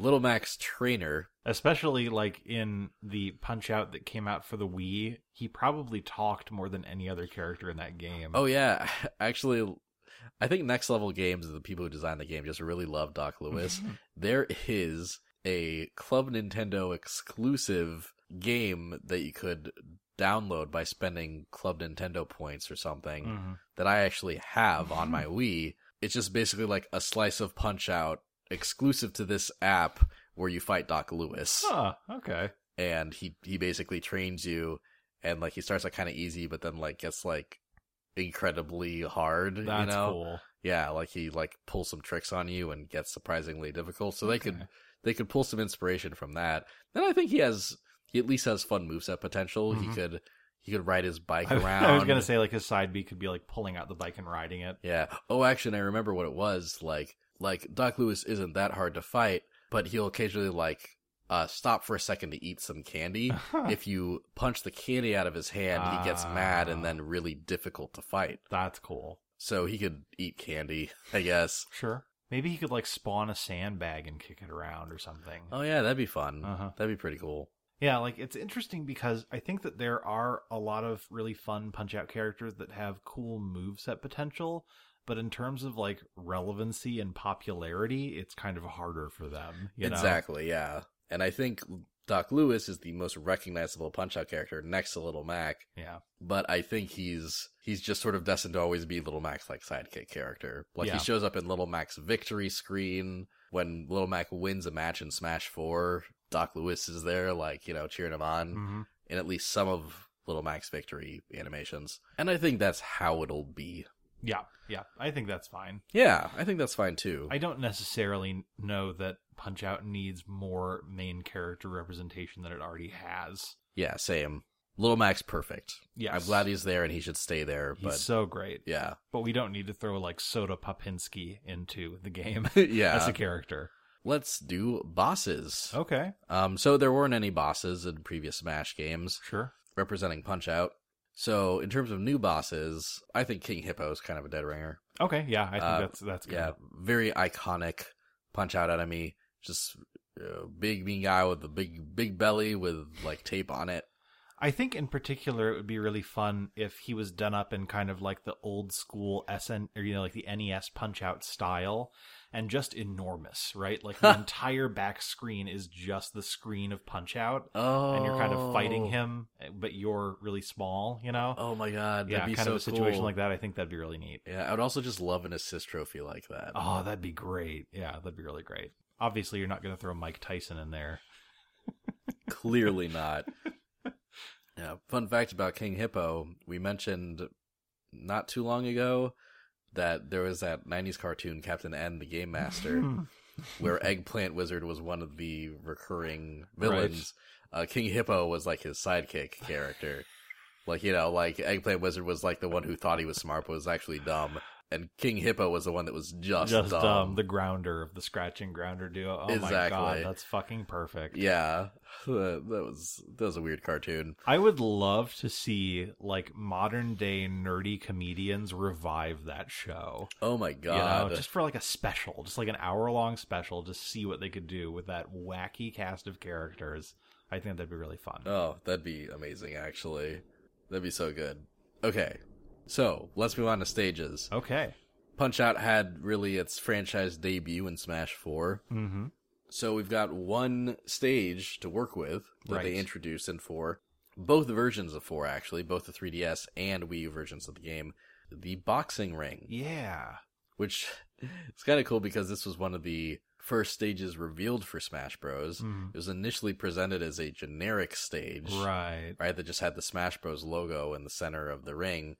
Little Mac's trainer.
Especially like in the Punch Out that came out for the Wii, he probably talked more than any other character in that game.
Oh yeah, actually, I think Next Level Games, the people who designed the game, just really love Doc Lewis. there is a Club Nintendo exclusive game that you could download by spending Club Nintendo points or something.
Mhm.
that I actually have on my Wii. It's just basically like a slice of Punch Out exclusive to this app where you fight Doc Lewis.
Huh, okay.
And he, he basically trains you and like he starts like kind of easy, but then like gets like incredibly hard.
That's
you know?
cool.
Yeah. Like he like pulls some tricks on you and gets surprisingly difficult. So they could,
Okay.
they could pull some inspiration from that. And I think he has, he at least has fun moveset potential.
Mhm.
He could, he could ride his bike
I,
around.
I was gonna say like his side B could be like pulling out the bike and riding it.
Yeah. Oh, actually, and I remember what it was like. Like Doc Lewis isn't that hard to fight, but he'll occasionally like uh, stop for a second to eat some candy. if you punch the candy out of his hand, he gets mad
Ah.
and then really difficult to fight.
That's cool.
So he could eat candy, I guess.
Sure. Maybe he could like spawn a sandbag and kick it around or something.
Oh yeah, that'd be fun.
Uh-huh.
That'd be pretty cool.
Yeah, like it's interesting because I think that there are a lot of really fun punch out characters that have cool moveset potential, but in terms of like relevancy and popularity, it's kind of harder for them. You know?
exactly. Yeah. And I think Doc Lewis is the most recognizable Punch Out character next to Little Mac,
Yeah.
but I think he's he's just sort of destined to always be Little Mac's like sidekick character. Like
Yeah.
he shows up in Little Mac's victory screen when Little Mac wins a match in Smash Four. Doc Lewis is there, like you know, cheering him on
hmm
in at least some of Little Mac's victory animations, and I think that's how it'll be.
Yeah. Yeah. I think that's fine.
Yeah, I think that's fine too.
I don't necessarily know that Punch Out needs more main character representation than it already has.
yeah, same. Little Mac's perfect.
Yes.
I'm glad he's there and he should stay there.
he's
But
so great.
yeah,
But we don't need to throw like Soda Popinski into the game
yeah.
as a character.
Let's do bosses.
Okay.
Um, so there weren't any bosses in previous Smash games
Sure.
representing Punch Out. So in terms of new bosses, I think King Hippo is kind of a dead ringer.
Okay, yeah, I think
Uh,
that's that's good.
Yeah, very iconic Punch Out enemy. Just uh, big mean guy with the big big belly with like tape on it.
I think in particular it would be really fun if he was done up in kind of like the old school SN or you know like the NES Punch Out style and just enormous, right? Like the entire back screen is just the screen of Punch Out
Oh,
and you're kind of fighting him but you're really small, you know?
Oh my god,
yeah,
that'd be
kind
so
of a situation
cool.
like that. I think that'd be really neat.
Yeah, I would also just love an assist trophy like that.
Oh, that'd be great. Yeah, that'd be really great. Obviously, you're not going to throw Mike Tyson in there.
Clearly not. yeah. Fun fact about King Hippo: we mentioned not too long ago that there was that '90s cartoon Captain N, the Game Master, where Eggplant Wizard was one of the recurring villains. Uh, King Hippo was like his sidekick character. like you know, like Eggplant Wizard was like the one who thought he was smart but was actually dumb, and King Hippo was the one that was just,
just
dumb.
um, the grounder of the scratch and grounder duo. Oh my
Exactly.
god, that's fucking perfect.
yeah, that was that was a weird cartoon.
I would love to see like modern day nerdy comedians revive that show.
Oh my
You
god!
know, just for like a special, just like an hour long special, just see what they could do with that wacky cast of characters. I think that'd be really fun.
Oh, that'd be amazing, actually. That'd be so good. Okay, so let's move on to stages.
okay.
Punch Out had really its franchise debut in Smash 4.
Mm-hmm.
So we've got one stage to work with that
Right.
they introduced in 4. Both versions of 4, actually, both the 3DS and Wii U versions of the game. The boxing ring,
Yeah.
which is kind of cool because this was one of the first stages revealed for Smash Bros.
Mhm.
It was initially presented as a generic stage
Right.
right? That just had the Smash Bros logo in the center of the ring.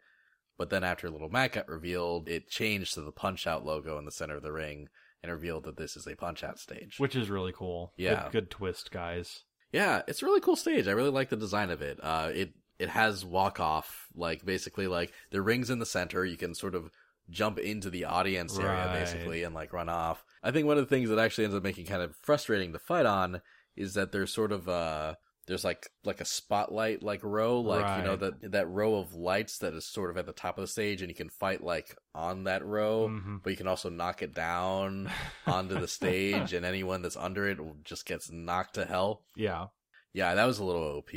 But then after Little Mac got revealed, it changed to the Punch Out logo in the center of the ring and revealed that this is a Punch Out stage.
Which is really cool. Good-
Yeah.
Good, twist, guys.
yeah, it's a really cool stage. I really like the design of it. Uh, it it has walk off, like basically like the ring's in the center. You can sort of jump into the audience area
Right.
basically and like run off. I think one of the things that actually ends up making kind of frustrating to fight on is that there's sort of uh there's like like a spotlight like row like you know
Right.
that that row of lights that is sort of at the top of the stage and you can fight like on that row
Mhm.
but you can also knock it down onto the stage and anyone that's under it just gets knocked to hell
Yeah.
yeah, that was a little OP.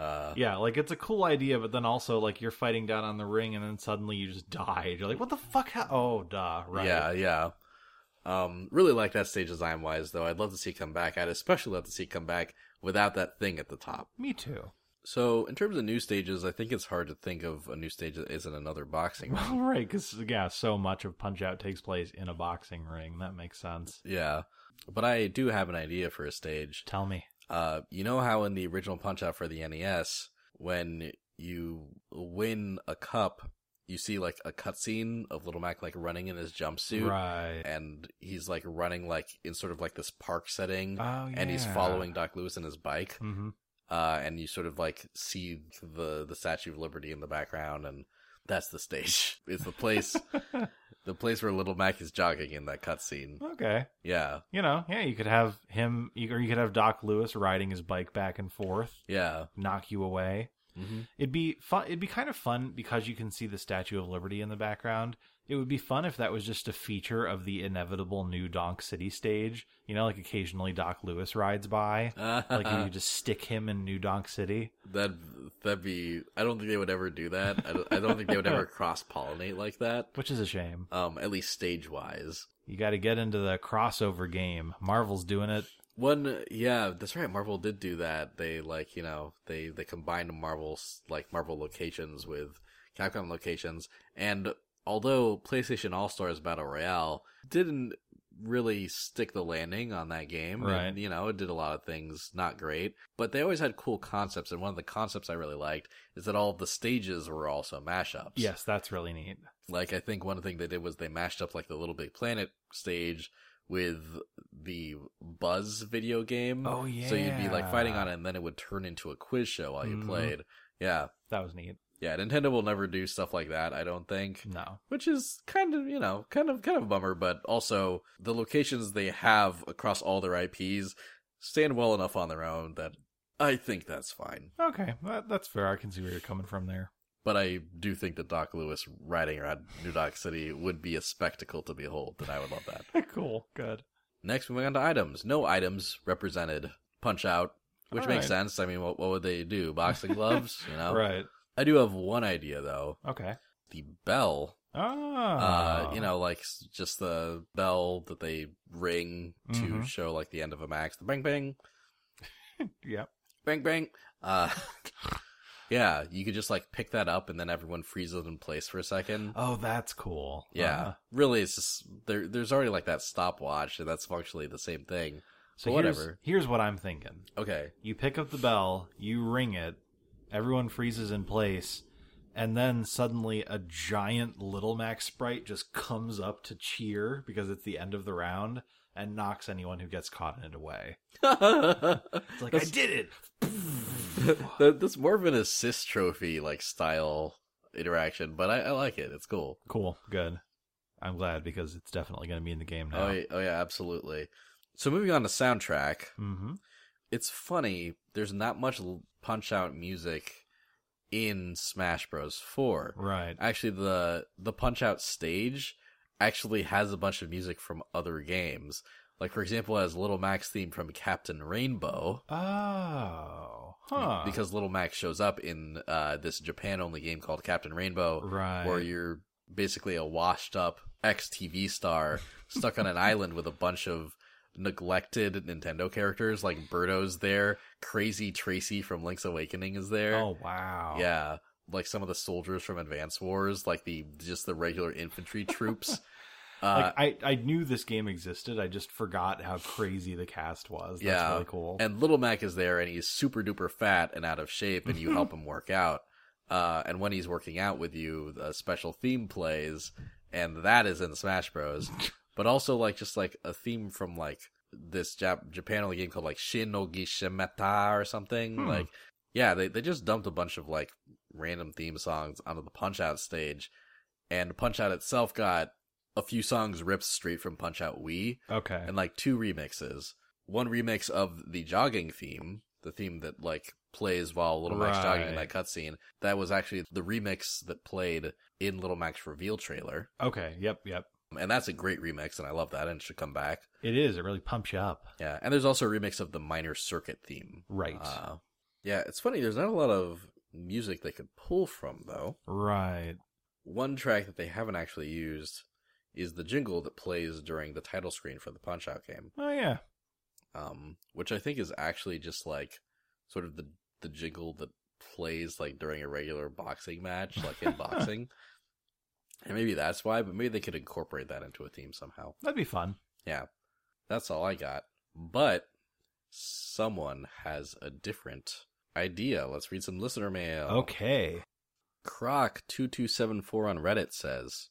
Uh,
Yeah, like it's a cool idea, but then also like you're fighting down on the ring, and then suddenly you just died. You're like, what the fuck? Ha- oh, duh. Right.
yeah, yeah. Um, really like that stage design wise, though. I'd love to see it come back. I'd especially love to see it come back without that thing at the top.
Me too.
So, in terms of new stages, I think it's hard to think of a new stage that isn't another boxing ring.
Well, right, because yeah, so much of Punch Out takes place in a boxing ring. That makes sense.
yeah. But I do have an idea for a stage.
Tell me.
Uh, you know how in the original Punch Out for the NES, when you win a cup, you see like a cutscene of Little Mac like running in his jumpsuit.
right.
and he's like running like in sort of like this park setting
Oh yeah.
and he's following Doc Lewis in his bike.
hmm
Uh and you sort of like see the the Statue of Liberty in the background and that's the stage. It's the place the place where little Mac is jogging in that cutscene.
okay.
Yeah.
You know, yeah, you could have him, you- or you could have Doc Lewis riding his bike back and forth,
Yeah.
knock you away.
Mhm.
It'd be fun. It'd be kind of fun because you can see the Statue of Liberty in the background. It would be fun if that was just a feature of the inevitable new Donk City stage. You know, like occasionally Doc Lewis rides by. Like
Uh-huh.
you could just stick him in New Donk City.
that that'd be I don't think they would ever do that. I don't, I don't think they would ever cross-pollinate like that.
Which is a shame.
Um at least stage-wise.
You got to get into the crossover game. Marvel's doing it.
One, yeah, that's right. Marvel did do that. They like, you know, they they combined Marvel's like Marvel locations with Capcom locations, and although PlayStation All Stars Battle Royale didn't really stick the landing on that game, and,
Right.
you know, it did a lot of things not great, but they always had cool concepts. And one of the concepts I really liked is that all of the stages were also mashups.
Yes, that's really neat.
Like I think one thing they did was they mashed up like the Little Big Planet stage with the Buzz video game.
Oh yeah.
So you'd be like fighting on it and then it would turn into a quiz show while you
Mhm.
played. Yeah.
That was neat.
Yeah, Nintendo will never do stuff like that, I don't think.
No.
Which is kind of, you know, kind of kind of a bummer, but also the locations they have across all their IPs stand well enough on their own that I think that's fine.
Okay, that, that's fair. I can see where you're coming from there.
But I do think that Doc Lewis riding around New Dock City would be a spectacle to behold, and I would love that.
cool. Good.
Next, moving on to items. No items represented. Punch out, which
All
makes
right.
sense. I mean, what, what would they do? Boxing gloves? You know?
Right.
I do have one idea, though.
Okay.
The bell.
Ah.
Uh, you know, like s- just the bell that they ring to
Mhm.
show like the end of a max. The bang, bang,
Yep.
bang, bang. Uh, yeah, you could just like pick that up and then everyone freezes in place for a second.
Oh, that's cool.
Yeah,
Uh,
really, it's just there. There's already like that stopwatch, and that's functionally the same thing.
so
But
here's-
whatever.
Here's what I'm thinking.
Okay,
You pick up the bell, you ring it, everyone freezes in place, and then suddenly a giant Little Mac sprite just comes up to cheer because it's the end of the round and knocks anyone who gets caught in it away. It's like,
That's-
I did it!
that, that's more of an assist trophy like style interaction, but I, I like it. It's cool.
Cool. Good. I'm glad because it's definitely going to be in the game now.
Oh, yeah, oh yeah, absolutely. So moving on to soundtrack,
Mm-hmm.
it's funny. There's not much punch out music in Smash Bros. Four.
Right.
Actually, the the punch out stage actually has a bunch of music from other games. Like for example, it has Little Mac's theme from Captain Rainbow.
Oh. Huh.
Because Little Mac shows up in uh, this Japan only game called Captain Rainbow,
right.
where you're basically a washed up ex TV star stuck on an island with a bunch of neglected Nintendo characters like Birdo's there, Crazy Tracy from Link's Awakening is there.
Oh wow.
Yeah. Like some of the soldiers from Advance Wars, like the just the regular infantry troops. Uh,
Like I, I knew this game existed. I just forgot how crazy the cast was. That's
Yeah.
really cool.
and Little Mac is there and he's super duper fat and out of shape and you help him work out. Uh, and when he's working out with you, a special theme plays and that is in Smash Bros. But also like just like a theme from like this Jap- Japan only game called like Shin no Gishimeta or something.
Hmm.
Like yeah, they they just dumped a bunch of like random theme songs onto the Punch Out stage and Punch Out itself got a few songs ripped straight from Punch Out Wii
okay.
and like two remixes. One remix of the jogging theme, the theme that like plays while Little Mac's jogging in that
Right.
cutscene. That was actually the remix that played in Little Mac's reveal trailer,
okay. Yep. Yep.
and that's a great remix, and I love that, and it should come back.
It is. It really pumps you up.
Yeah, and there's also a remix of the minor circuit theme.
Right.
Uh, yeah, it's funny. There's not a lot of music they could pull from though.
right.
One track that they haven't actually used is the jingle that plays during the title screen for the Punch Out game.
Oh yeah.
um, which I think is actually just like sort of the the jingle that plays like during a regular boxing match, like in boxing. And maybe that's why, but maybe they could incorporate that into a theme somehow.
That'd be fun.
That's all I got. But someone has a different idea. Let's read some listener mail.
Okay.
Croc2274 on Reddit says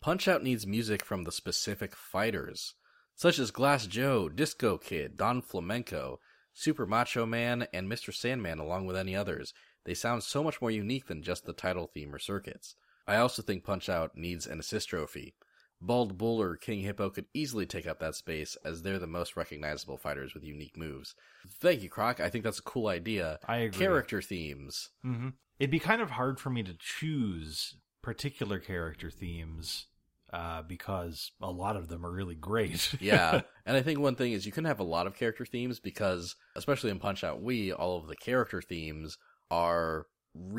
Punch Out needs music from the specific fighters, such as Glass Joe, Disco Kid, Don Flamenco, Super Macho Man, and Mr. Sandman, along with any others. They sound so much more unique than just the title theme or circuits. I also think Punch Out needs an assist trophy. Bald Bull or King Hippo could easily take up that space, as they're the most recognizable fighters with unique moves. Thank you, Croc. I think that's a cool idea.
I agree.
Character themes.
hmm It'd be kind of hard for me to choose particular character themes uh, because a lot of them are really great.
yeah. And I think one thing is you can have a lot of character themes because, especially in Punch Out Wii, all of the character themes are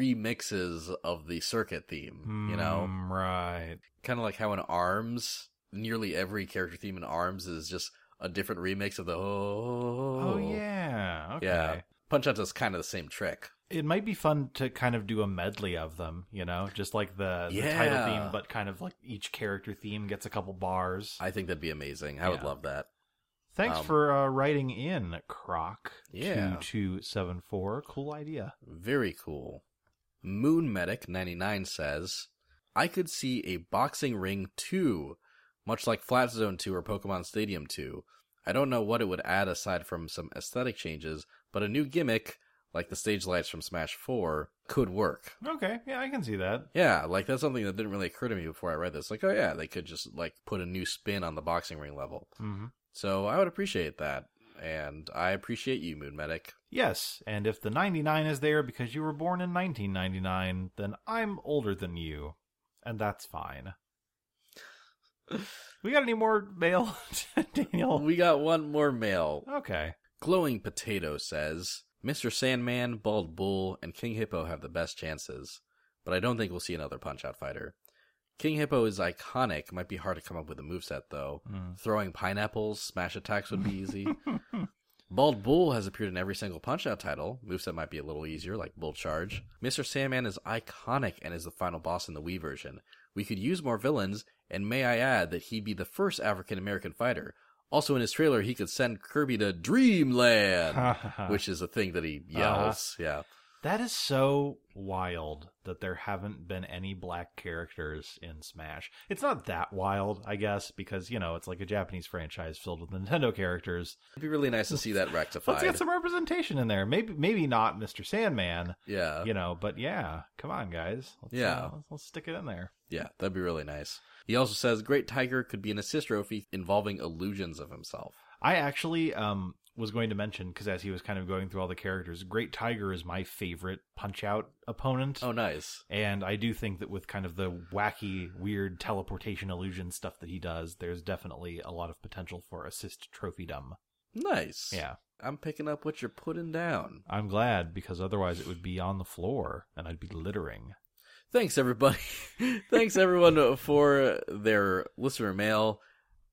remixes of the circuit theme. You know,
Mm, Right.
kind of like how in ARMS, nearly every character theme in ARMS is just a different remix of the oh,
Oh, yeah. Okay.
Yeah. Punch Out does kind of the same trick.
It might be fun to kind of do a medley of them, you know, just like the, the title
Yeah.
theme, but kind of like each character theme gets a couple bars.
I think that'd be amazing. I would
Yeah.
love that.
Thanks
um,
for uh, writing in, Croc.
Yeah.
2274. Cool idea.
Very cool. Moon Medic 99 says, I could see a boxing ring 2, much like Flat Zone 2 or Pokemon Stadium 2. I don't know what it would add aside from some aesthetic changes, but a new gimmick, like the stage lights from Smash 4, could work.
Okay. Yeah, I can see that.
Yeah, like that's something that didn't really occur to me before I read this. Like, oh yeah, they could just like put a new spin on the boxing ring level.
Mm-hmm.
So I would appreciate that. And I appreciate you, Moon Medic.
Yes, and if the 99 is there because you were born in 1999, then I'm older than you, and that's fine. we got any more mail, Daniel?
We got one more mail.
Okay.
Glowing Potato says, Mr. Sandman, Bald Bull, and King Hippo have the best chances, but I don't think we'll see another Punch Out fighter. King Hippo is iconic, might be hard to come up with a moveset though.
Mm.
Throwing pineapples, smash attacks would be easy. Bald Bull has appeared in every single Punch Out title. Moveset might be a little easier, like Bull Charge. Mr. Sandman is iconic and is the final boss in the Wii version. We could use more villains, and may I add that he be the first African American fighter. Also, in his trailer, he could send Kirby to Dreamland, which is a thing that he yells.
Uh-huh.
Yeah.
that is so wild that there haven't been any black characters in Smash. It's not that wild, I guess, because, you know, it's like a Japanese franchise filled with Nintendo characters.
It'd be really nice to see that
Let's
rectified.
get some representation in there. Maybe maybe not Mr. Sandman,
yeah.
you know but yeah come on guys let's,
Uh. Yeah.
uh, let's, let's stick it in there
Yeah, that'd be really nice. He also says Great Tiger could be an assist trophy involving illusions of himself.
i actually um was going to mention because as he was kind of going through all the characters great tiger is my favorite punch out opponent
Oh, nice.
and i do think that with kind of the wacky weird teleportation illusion stuff that he does there's definitely a lot of potential for assist trophy-dom
Nice.
yeah
I'm picking up what you're putting down.
i'm glad because otherwise it would be on the floor and i'd be littering
Thanks, everybody. Thanks, everyone, for their listener mail.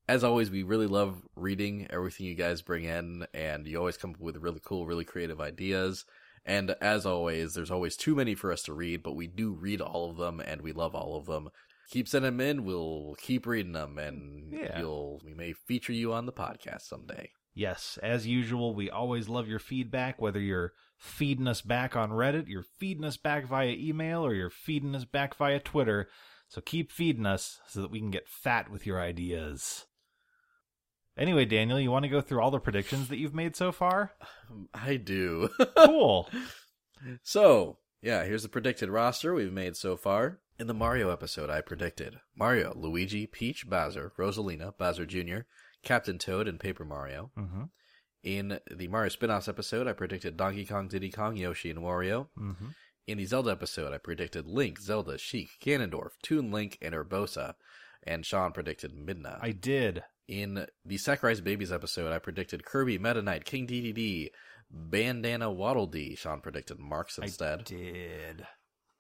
As always, we really love reading everything you guys bring in, and you always come up with really cool, really creative ideas. And as always, there's always too many for us to read, but we do read all of them, and we love all of them. Keep sending them in. We'll keep reading them, and
Yeah.
you'll we may feature you on the podcast someday.
Yes, as usual, we always love your feedback, whether you're feeding us back on Reddit, you're feeding us back via email, or you're feeding us back via Twitter. So keep feeding us so that we can get fat with your ideas. Anyway, Daniel, you want to go through all the predictions that you've made so far?
I do.
Cool.
So, yeah, here's the predicted roster we've made so far. In the Mario episode, I predicted Mario, Luigi, Peach, Bowser, Rosalina, Bowser Jr., Captain Toad, and Paper Mario.
mm-hmm.
In the Mario spin offs episode, I predicted Donkey Kong, Diddy Kong, Yoshi, and Wario.
Mm-hmm.
In the Zelda episode, I predicted Link, Zelda, Sheik, Ganondorf, Toon Link, and Urbosa. And Sean predicted Midna.
I did.
In the Sakurai's Babies episode, I predicted Kirby, Meta Knight, King DDD, Bandana Waddle Dee. Sean predicted Marks instead.
I did.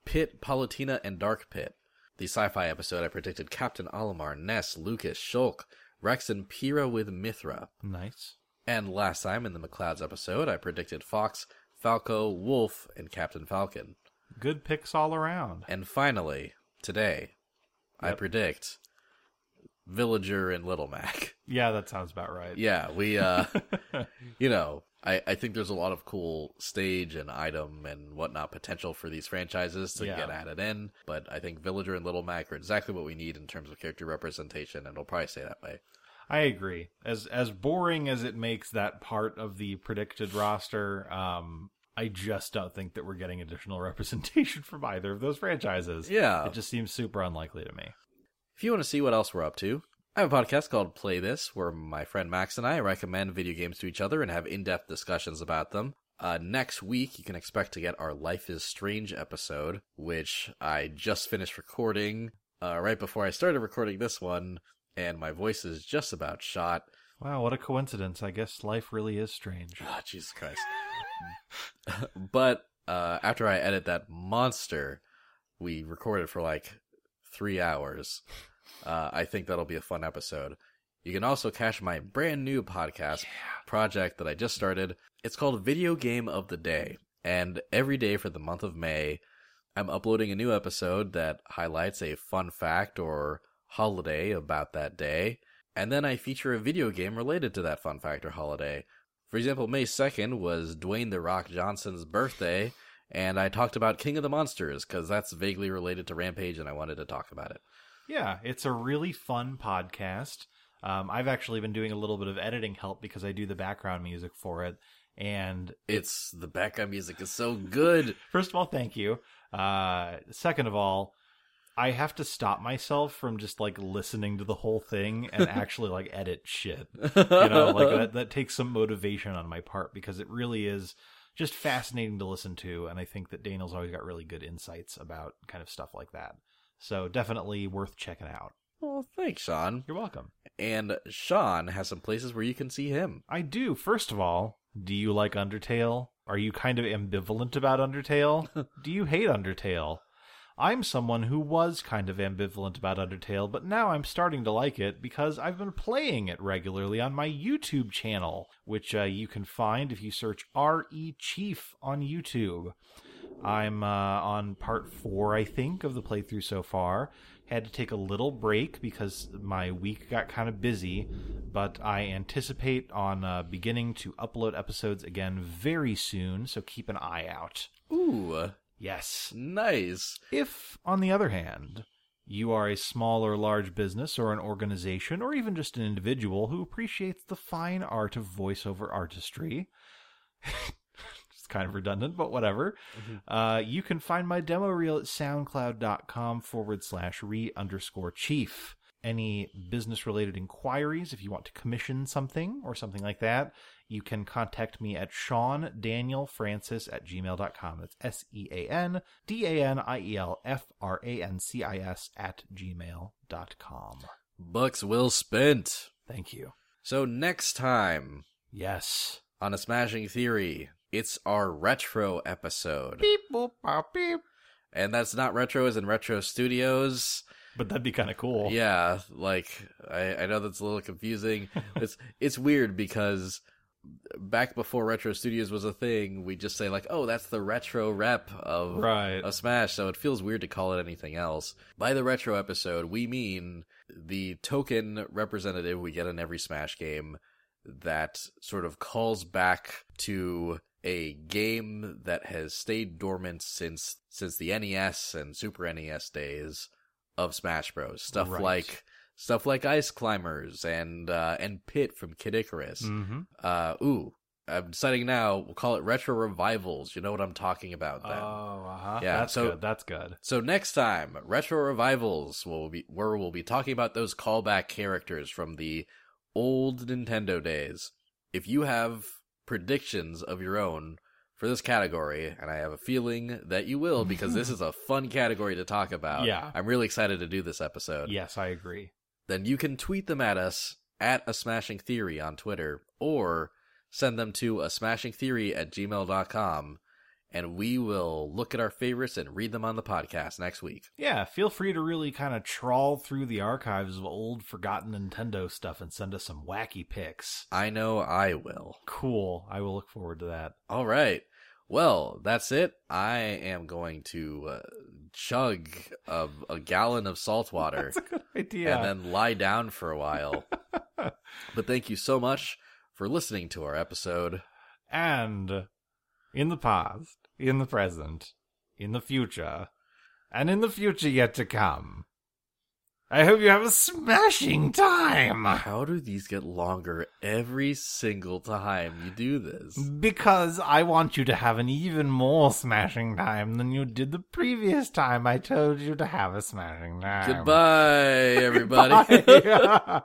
Pit, Palutena, and Dark Pit. The sci-fi episode I predicted Captain Olimar, Ness, Lucas, Shulk, Rex, and Pyrrha with Mithra.
Nice.
And last time in the McClouds episode, I predicted Fox, Falco, Wolf, and Captain Falcon.
Good picks all around.
And finally, today, I
Yep.
predict Villager and Little Mac.
Yeah, that sounds about right.
Yeah, we, uh, you know, I, I think there's a lot of cool stage and item and whatnot potential for these franchises to
Yeah.
get added in. But I think Villager and Little Mac are exactly what we need in terms of character representation, and it'll probably stay that way.
I agree. As as boring as it makes that part of the predicted roster, um, I just don't think that we're getting additional representation from either of those franchises.
Yeah.
It just seems super unlikely to me.
If you want to see what else we're up to, I have a podcast called Play This, where my friend Max and I recommend video games to each other and have in depth discussions about them. Uh, next week, you can expect to get our Life is Strange episode, which I just finished recording uh, right before I started recording this one, and my voice is just about shot.
Wow, what a coincidence. I guess life really is strange.
Ah, Jesus Christ. but uh, after I edit that monster, we recorded for like three hours. Uh, I think that'll be a fun episode. You can also catch my brand new podcast project that I just started. It's called Video Game of the Day. And every day for the month of May, I'm uploading a new episode that highlights a fun fact or holiday about that day. And then I feature a video game related to that fun fact or holiday. For example, May 2nd was Dwayne The Rock Johnson's birthday. And I talked about King of the Monsters because that's vaguely related to Rampage and I wanted to talk about it.
Yeah, it's a really fun podcast. Um, I've actually been doing a little bit of editing help because I do the background music for it. And
It's the background music is so good.
first of all, thank you. Uh, second of all, I have to stop myself from just like listening to the whole thing and actually like edit shit. you know like that, that takes some motivation on my part because it really is just fascinating to listen to and i think that daniel's always got really good insights about kind of stuff like that so definitely worth checking out
Well, thanks, Sean.
you're welcome
And Sean has some places where you can see him.
i do first of all do you like undertale are you kind of ambivalent about undertale do you hate undertale I'm someone who was kind of ambivalent about Undertale, but now I'm starting to like it because I've been playing it regularly on my YouTube channel, which uh, you can find if you search R.E. Chief on YouTube. I'm uh, on part four, I think, of the playthrough so far. Had to take a little break because my week got kind of busy, but I anticipate on uh, beginning to upload episodes again very soon, so keep an eye out.
Ooh,
Yes.
nice.
If, on the other hand, you are a small or large business or an organization or even just an individual who appreciates the fine art of voiceover artistry, it's kind of redundant, but whatever, uh, you can find my demo reel at soundcloud.com forward slash re underscore chief. Any business related inquiries, if you want to commission something or something like that, you can contact me at Sean Daniel Francis at gmail.com. That's S E A N D A N I E L F R A N C I S at gmail.com.
Bucks will spent.
Thank you.
So next time
Yes.
on a Smashing Theory, it's our retro episode,
Beep, boop, bow, beep.
and that's not retro as in Retro Studios.
But that'd be kind of cool.
Yeah, like I, I know that's a little confusing. it's it's weird because back before Retro Studios was a thing, we just say like, oh, that's the retro rep of
Right.
of Smash, so it feels weird to call it anything else. By the retro episode, we mean the token representative we get in every Smash game that sort of calls back to a game that has stayed dormant since since the NES and Super NES days of Smash Bros. Stuff
Right.
like stuff like Ice Climbers and uh, and Pit from Kid Icarus.
Mm-hmm.
Uh, ooh, I'm deciding now. We'll call it retro revivals. You know what I'm talking about then.
uh-huh.
Yeah,
That's
so-
good. That's good.
So next time, retro revivals will be where we'll be talking about those callback characters from the old Nintendo days. If you have predictions of your own for this category, and I have a feeling that you will because this is a fun category to talk about.
Yeah.
I'm really excited to do this episode.
Yes, I agree.
Then you can tweet them at us at a smashing theory on Twitter or send them to a smashing theory at gmail.com and we will look at our favorites and read them on the podcast next week.
Yeah, feel free to really kind of trawl through the archives of old forgotten Nintendo stuff and send us some wacky pics.
I know I will.
Cool. I will look forward to that.
All right. Well, that's it. I am going to uh, chug a, a gallon of salt water
That's a good idea.
and then lie down for a while. but thank you so much for listening to our episode.
and in the past, in the present, in the future, and in the future yet to come. I hope you have a smashing time
How do these get longer every single time you do this?
because I want you to have an even more smashing time than you did the previous time I told you to have a smashing time.
Goodbye, everybody.
Bye.